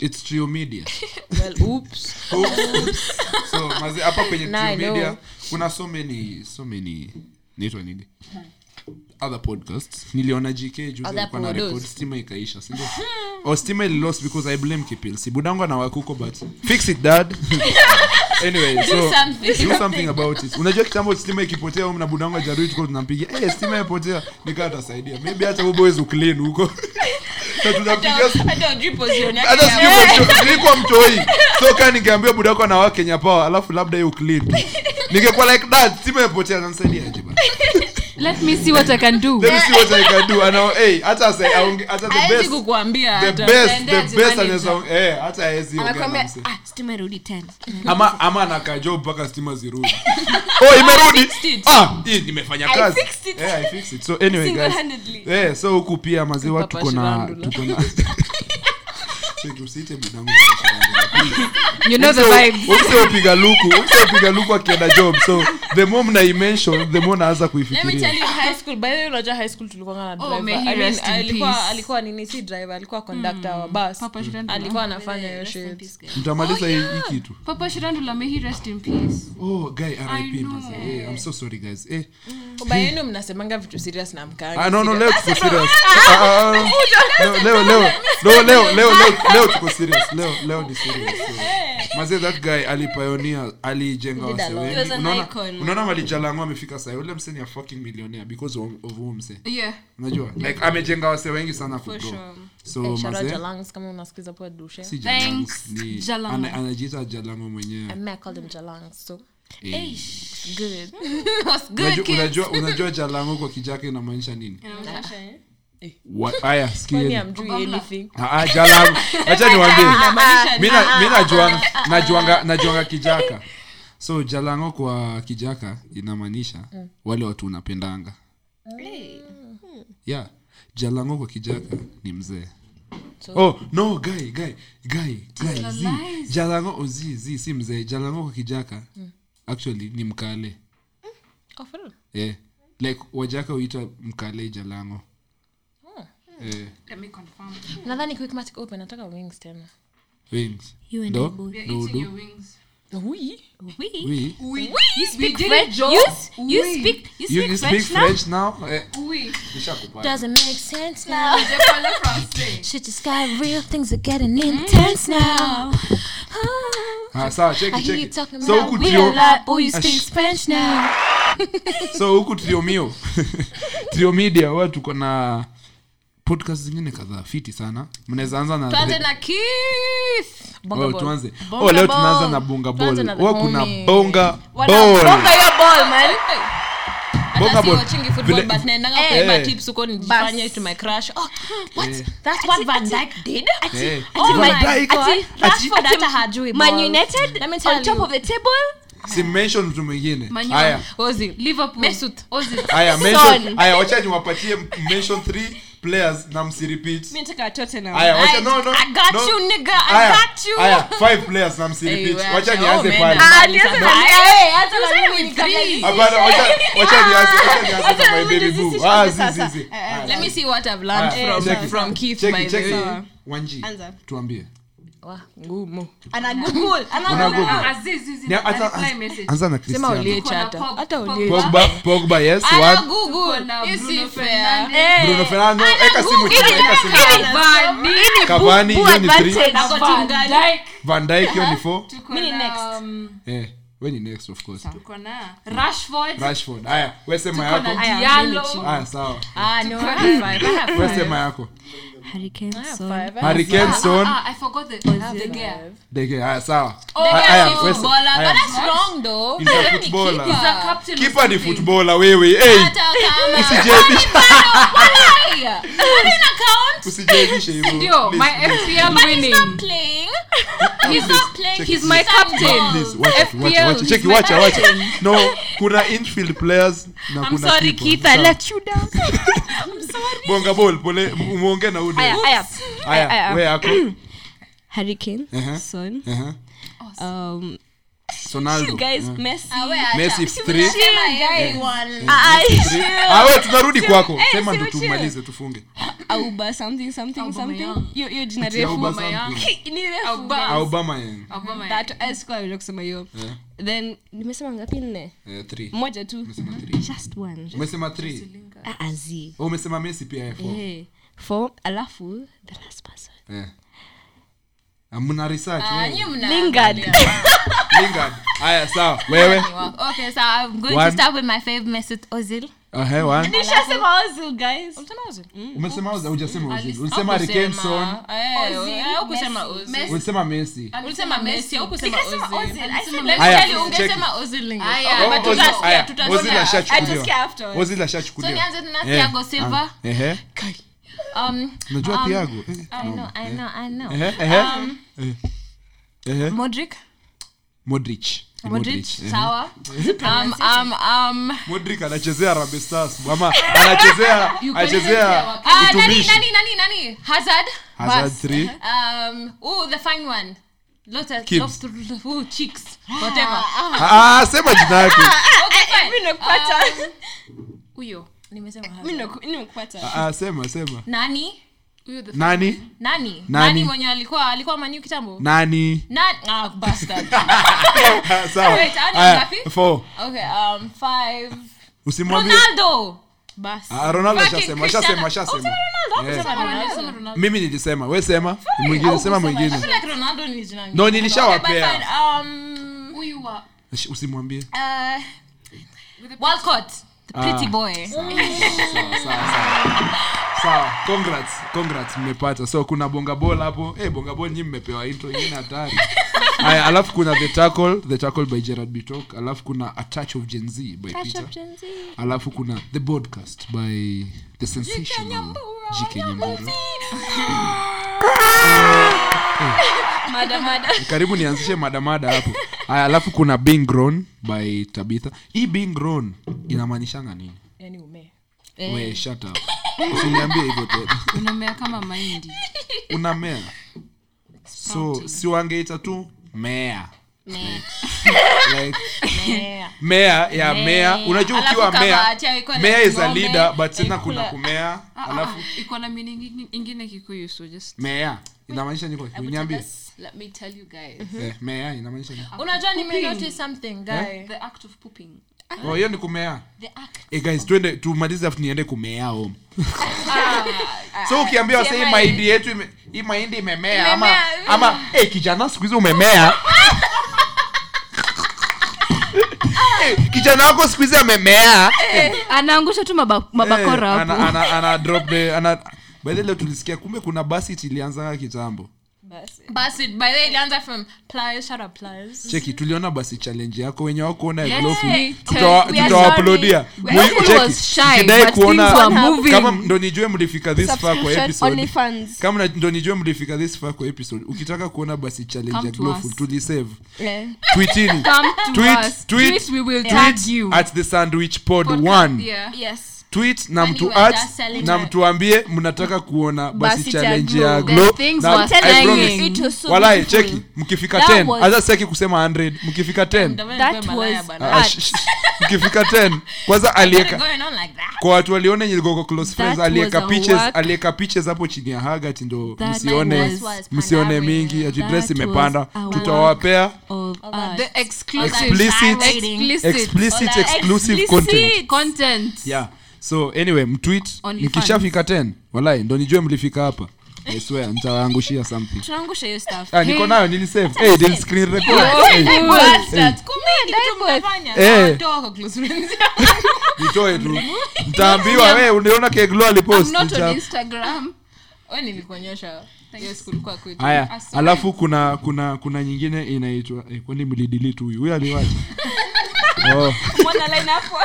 it's trio media Oh.
well oops
so maze hapa kwenye
Nah, I
True
know.
media kuna so many so many naitwa nini other podcasts niliona gk juzi
Other
alikuwa na
podos.
record stima ikaisha sindio oh, stima ililost because i blame kipil si budangu anawakuko but fix it dad anyway so
something.
do something about it unajua kitambo stima ikipotea um na budangu ajarui tuko tunampigia hey, stima imepotea nikaa tasaidia maybe hata uboezi uklin huko na tunampigia
hata hujui position yake
hata
ya
sijui kwa mto- nilikuwa mtoi so kaa ningeambia budako na wakenya power alafu labda hiyo clean tu. ningekuwa like that sima imepotea ananisaidiaje bana?
Let me see what I can do.
Let me see what I can do. Ana- hey, hata asa- aonge- hata the
hawezi
best-
kukuambia
the
hata.
best-
Anaendea
the best
zimani
anaweza- eh, hata haezi ongea na
Anakwambia,
mse.
"Ah, stima irudi tena."
ama ama anakaa job mpaka stima zirudi oh imerudi ah hii nimefanya kazi
fixed it.
Eh, I fixed it. so anyway guys
Single-handedly.
eh so huku pia maziwa
Papa
tuko na
Shirandula.
tuko na Cheki, usiite budangu
you know the vibes
usiopiga luku usiopiga luku akienda job so the more mnaimension the more naanza
Let me tell
kuifikiria
you, high school by the way unajua high school tulikuwa na
Oh, may
driver
he
I mean,
rest in
alikuwa
peace. Hmm.
alikuwa nini si driver alikuwa conductor wa bus
Papa Shirandula.
alikuwa anafanya hiyo
Rest in
shit
peace, guys.
mtamaliza hii hii kitu
Papa Shirandula, may he rest in peace.
oh guy rip
I know.
mazee. Eh, i'm so sorry guys eh
Kwa yenu mnasemanga vitu serious na mkaagi
ah, no no leo
serious.
tuko serious Ah, ah, ah. No, leo leo no leo leo leo leo tuko serious leo leo ni serious so. mazee that guy alipioneer alijenga
did a lot.
He was
waseweni
an
unaona
icon.
unaona malijalango amefika saa ule mse ni a fucking millionaire because of of huyo mse
Yeah.
unajua like amejenga wase wengi sana kugo
sure.
so
Eh, shout out
mazee
Jalangs, kama unasikiza pia dushe
si Jalango,
Thanks,
ni-
Jalango.
ana- anajiita jalango mwenyewe
I called him Jalangs, so
Eh.
good
Unajua- unajua unajua jalango kwa kijake inamaanisha nini Wa- haya
kwani
sikieni
amjui anything
Ah, ah, jalango acha niwaambie
Ah,
mi na- mi najuanga najuanga najuanga kijaka so jalango kwa kijaka inamaanisha
Mm.
wale watu unapendanga yeah jalango kwa kijaka ni mzee oh no guy guy guy guy zi jalango oh, zi zi si mzee jalango kwa kijaka
Mm.
actually ni mkale
oh for real
eh like wajaka huitwa mkale jalango eh
Let me confirm.
nadhani quickmatic open nataka wings tena
wings
You and
Ndo?
I both.
You're
Dudu.
eating your wings.
Ui.
We-
Oui.
We,
speak
did
French.
it, Joe.
You s- you
We.
speak-
You,
you speak
you
French
speak
now?
French now? Eh,
We.
nishakupata.
doesn't make sense now
They call it français.
Shit just got real. Things are getting intense now.
Ah, sawa, cheki,
I hear you
cheki.
talking
So
about
huku
we
trio-
a lot. Oh, you
Ah,
speak
sh-
French now.
so huku triomio triomedia wa tuko na podcast zingine kadhaa fiti sana mnaweza anza na
tuanze na Keith. Bonga
Oh,
ball.
tuanze
Bonga
oh, leo
ball.
tunaanza na bonga
Tuanze
bol
na the
oh, kuna
homie.
bonga bol
Bonga your ball, man.
Bonga
Hata si
ball.
watchingi football,
Vile-
but naendanga
Eh.
kuiba
Eh.
tips huko nijifanye to my crush. Oh, what's-
Eh.
that's what Van Dijk did?
Eh.
Oh
Van
my
Dijk.
God.
Ati-
Rashford hata hajui
Man
ball.
United
Let me tell
on top
you.
of the table.
si mention mtu mwingine
Man U.
haya
Ozil.
Liverpool.
Mesut.
Ozil.
haya
Son.
mention haya wacha niwapatie mention 3 players na msirepeat haya wacha no no
I got
no.
you, nigga. I
Haya,
got you.
haya five players na msirepeat
Hey,
wacha
wacha.
nianze
Oh, man.
pale
Ah,
hapana wacha wacha nianze
Ah,
wacha nianze na my baby boo ah zi zi zi
Eh, Let me see what I've
Haya,
learned from-
check it.
from Keith,
Check it,
by the
check it.
way.
Wanji,
Anza.
tuambie
Wah, ngumu. Ah,
Una Google.
Aziz, Aziz,
Ni- anza-
reply
anza-
message.
anza
Sema
na Cristiano
uliech hata.
Pogba.
Hata uliech.
Pogba Pogba yes
Ana
one
Google.
Kuna
Hii si
Bruno
fair.
Fernandes.
Bruno Fernandes eka simu
Ili-
chini eka simu
ili-
Cavani.
ili
Cavani,
bu- bu
hiyo ni three.
advantage.
Nako timu gani?
Van Dijk hiyo ni 4
Tuko
Mimi
na,
next.
uh, um,
eh we ni next of course
tuko na Rashford,
Rashford haya we sema
tuko na
yako
Diallo,
haya sawa
Ah, no, I have five. I have
we
five.
sema
I have five.
yako
I have
Harry Kane son
Ah, I forgot the- the girl.
dege haya sawa
Dege
Haya,
is a
we se-
footballer, but
haya.
that's wrong though.
He's a
Yeye ni
footballer.
He's a
keeper.
captain of
kipa ni
something.
footballer wewe hey
Hata kama-
usijebishe
Walai! Hata ina count.
usijebishe hivyo
Ndio, my
Please, please.
FPL
But he's not
winning.
playing.
Please,
He's not playing.
check
He's
it.
my
Please,
captain.
please, watch it, watch it,
FPL
watch it.
is
Check it,
my
watch it, watch it. No, kuna infield players na
I'm
kuna
sorry,
keeper.
Keith, I
Sawa.
let you down.
bonga ball pole muonge na ule
Aya, aya.
haya
Aya, aya.
we yako
Harry Kane,
Uh-huh.
Son,
Ehe.
um,
Ronaldo.
guys,
Eh.
Messi.
Messi three.
Ah,
Three. Ah, we tunarudi kwako
eh,
sema
si
ndo
uchill.
tumalize tufunge
Auba something something something. Hiyo hiyo jina
Tia
refu.
Aubameyang.
Ni refu.
Ah,
Auba.
Aubameyang.
Ah.
Aubameyang.
That I swear ndio kusema hiyo.
Eh,
Then nimesema ngapi nne?
eh, three.
Moja tu.
Umesema three.
Just one.
umesema three.
Ah, ah, zi.
Oh, umesema messi pia eh, four.
Eh. Four, alafu the last person.
Eh. Ah, mna research
Ah,
wewe.
nyinyi mna-
Lingard.
Lingard. haya sawa wewe
Okay, so I'm going
One.
to start with my fave Mesut Ozil.
Ehe, one.
Nishasema Ozil guys.
Mtana Ozil?
umesema Ozil, hujasema Ozil. ulisema Harry Kane, Son,
Eh, haukusema Ozil.
ulisema messi
ulisema messi au kusema ozil
Haya,
Actually, ungesema ozil lingi. Okay, but
Ozil-
tutasikia,
haya,
tutasikia.
Ozil ashachukuliwa.
Tusikia afterwards.
Ozil ashachukuliwa.
So nianze tena
Eh,
Thiago Silva.
ah, ehe.
Um,
najua
Um,
Thiago. Eh,
I know, I know, I know.
ehe, ehe.
Um,
Eh, ehe.
Modric,
Modric. Ni
Modric,
Modric, ehe.
sawa. Um, um, um,
Modric anachezea Harambee Stars, ama anachezea anachezea
ah, nani,
utumishi.
nani, nani, nani? Hazard.
Hazard
Bas.
three.
Um, ooh, the fine one. Lotus,
Kim.
lost, ooh, cheeks, whatever.
Ah, ah, sema jina yake.
Okay, fine.
Mimi nakupata.
Huyo, nimesema Hazard.
Ah. Mimi naku- mimi nakupata.
Ah, ah, sema sema.
Nani?
Nani?
Nani? Nani?
Nani?
mwenye alikuwa alikuwa maniu kitambo?
Nani?
Nani? Ah, bastard.
Sawa.
Wait, hadi
Aya,
ngapi?
four.
Okay, um, five.
Usimwambie.
Ronaldo. Bas.
Ah, Ronaldo
Fucking
ashasema, ashasema,
Cristiano.
ashasema.
Usema Ronaldo,
Eh.
usema Ronaldo.
Mimi nilisema, we sema. Mwingine sema
I feel
mwingine.
like Ronaldo ni jina
No,
nyingine.
nilishawapea.
Okay, but fine, um,
Huyu wa-
Sh- Usimwambie.
uh, Walcott, the
Ah.
pretty boy.
Mm.
Sawa, sawa, sawa. Sawa. Congrats, congrats mmepata. So kuna bonga ball hapo. Eh, bonga ball nyinyi mmepewa intro nyingine hatari. Haya, alafu kuna the tackle, the tackle by Gerard Bitok, alafu kuna a touch of Gen Z by Peter. alafu kuna the broadcast by the sensational Jike Nyambura. karibu nianzishe madamada hapo haya alafu kuna being grown by tabitha hii being grown inamaanishanga nini we shut up usiniambie hivyo tena
unamea kama mahindi.
unamea so si wangeita tu mea like, mea ya mea unajua
Alafu
ukiwa mea
kavaachia iko like
mea is a
ng'ombe,
leader but tena kuna
ikula-
kumea
Ah, ah,
alafu
ah, iko na meaning ingi- ingine Kikuyu, so just-
mea inamaanisha niko uniambie
Let me tell you guys.
eh, mea inamaanisha nini
unajua nimenotice something guy
The act of pooping.
oh hiyo ni kumea Eh, guys twende tumalize afu niende kumea home Ah, so ukiambia wase hii mahindi yetu ime- hii mahindi ah, imemea Ah. ama ama eh, kijana siku hizi umemea Eh, kijana wako siku hizi amemea
anaangusha tu mabakora
Eh, ana- ana- ana drop the- ana- by the way, leo tulisikia kumbe kuna basi ilianzanga kitambo
Basi, by the way, ilianza from pliers, shout out pliers.
cheki tuliona basi challenge yako wenye wakuona glofu
we are
tutawauplodia
sorry.
Basi was shy,
kidai
but things were moving.
kuona kama ndo nijue mlifika this far kwa episode
OnlyFans.
kama na- ndo nijue mlifika this far kwa episode ukitaka kuona basi challenge
Come
ya
to
glofu
us.
tulisave
Yeah.
twitini
Come to
Tweet,
us.
tweet,
Tweet, we will tag you.
tweet at the sandwich pod 1
Yeah.
Yes.
tweet na
you
mtu
are
at
just selling
na
it.
mtuambie mnataka kuona basi,
Basi cha
challenge
Glo.
ya
The
glo
things
na
were
I
selling.
promise.
It was so
Walai,
beautiful.
cheki mkifika
That
10
was-
hata sitaki kusema 100 mkifika 10
Ndio maana
That
nilikuwa malaya
was-
bana.
Ah, sh- sh- mkifika 10 kwanza alieka
Going on like that.
kwa watu waliona yenye ilikuwa kwa close friends
That
alieka
was a
piches
work.
alieka piches hapo chini ya hagat ndo
That
msione
was-
was
msione
pandering.
mingi ati dress
That
imepanda
was a work.
tutawapea
Uh,
Of
Oh,
us.
Uh, The exclusive
explicit
Explicit
explicit exclusive content
content.
yeah so anyway mtwit
Only
mkishafika 10 walai ndo nijue mlifika hapa I swear, nitawaangushia something
Tunaangusha hiyo stuff.
ah, niko nayo nilisave hey, did screen record hey,
Mm.
Bastards, kumbe ndio kitu mnafanya.
Eh.
Ndio wako close friends.
nitoe tu nitaambiwa we uliona keglo
I'm
alipost
not on
nita-
Instagram.
Wewe nilikuonyesha hiyo school kwa kwetu. Ah,
haya alafu kuna kuna kuna nyingine inaitwa eh, kwani mlidilete huyu huyu aliwaje oh.
Mbona line hapo?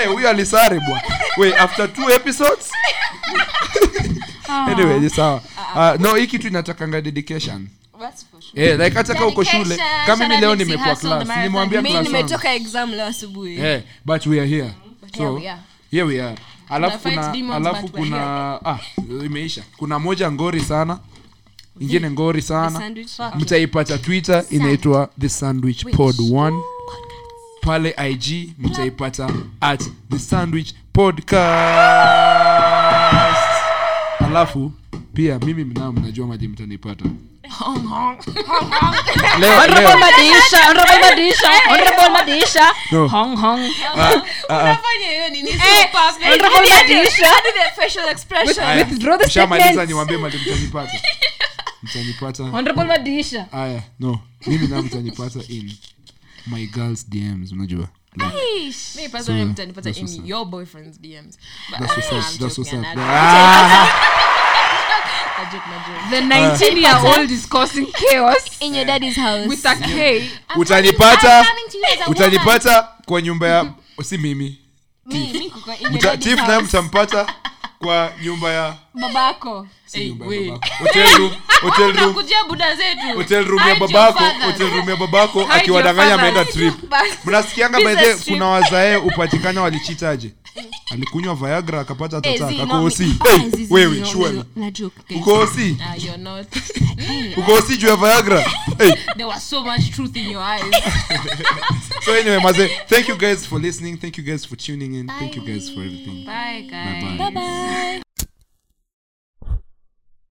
Eh, huyu alisare bwana Wait, after two episodes anyway ni sawa Ah, no hii kitu inatakanga dedication Eh, like hata kama uko shule kama mimi leo nimekuwa class nimwambia
Mimi
class wangu.
nimetoka exam leo asubuhi.
Eh, but we are here so
we are.
here we are alafu
Tuna
kuna
fight demons,
alafu
but we are
kuna ah imeisha kuna moja ngori sana ingine ngori sana
Sandwich.
mtaipata twitter inaitwa the sandwich pod 1 pale ig mtaipata at the sandwich podcast alafu pia mimi mnao mnajua maji mtanipata leo, leo.
Honorable Madisha, Honorable Madisha, Honorable Madisha.
No.
Hong Hong.
Unafanya hiyo nini? Super friend.
Honorable Madisha.
How do the facial expression?
Aya,
Withdraw the
ushamaliza,
statements.
niwaambie mali mtanipata mtanipata
Honorable Madisha.
aya no mimi na mtanipata in my girls dms unajua
Me personally
So,
mtanipata
Mm. that's
in
what's up.
your boyfriend's DMs. But
That's what's
I'm
up, that's what's
joking,
up.
I joke, I
Ah,
joke, I joke.
The 19 year old is causing chaos
In your daddy's house.
with a K.
utanipata utanipata kwa nyumba ya si mimi Mta- tiff naye mtampata kwa nyumba ya
babako.
si
Hey,
nyumba ya
wait.
babako. hotel room hotel room
Unakujia buda zetu.
hotel room ya
Hide your
babako
fathers.
hotel room ya babako
your
akiwadanganya
fathers.
ameenda trip mnasikianga
Business
bahe
trip.
kuna wazae upatikana walichitaje alikunywa viagra akapata
Eh,
tataka
zi, no,
akoosi
mi- Ah, zi, zi,
wewe
zi, no,
shwari
no, na joke, guys.
ukoosi
Ah, you're not.
ukoosi juu ya viagra hey,
There was so much truth in your eyes.
so anyway maze thank you guys for listening thank you guys for tuning in thank you guys for everything
Bye, guys.
bye, bye.
Bye.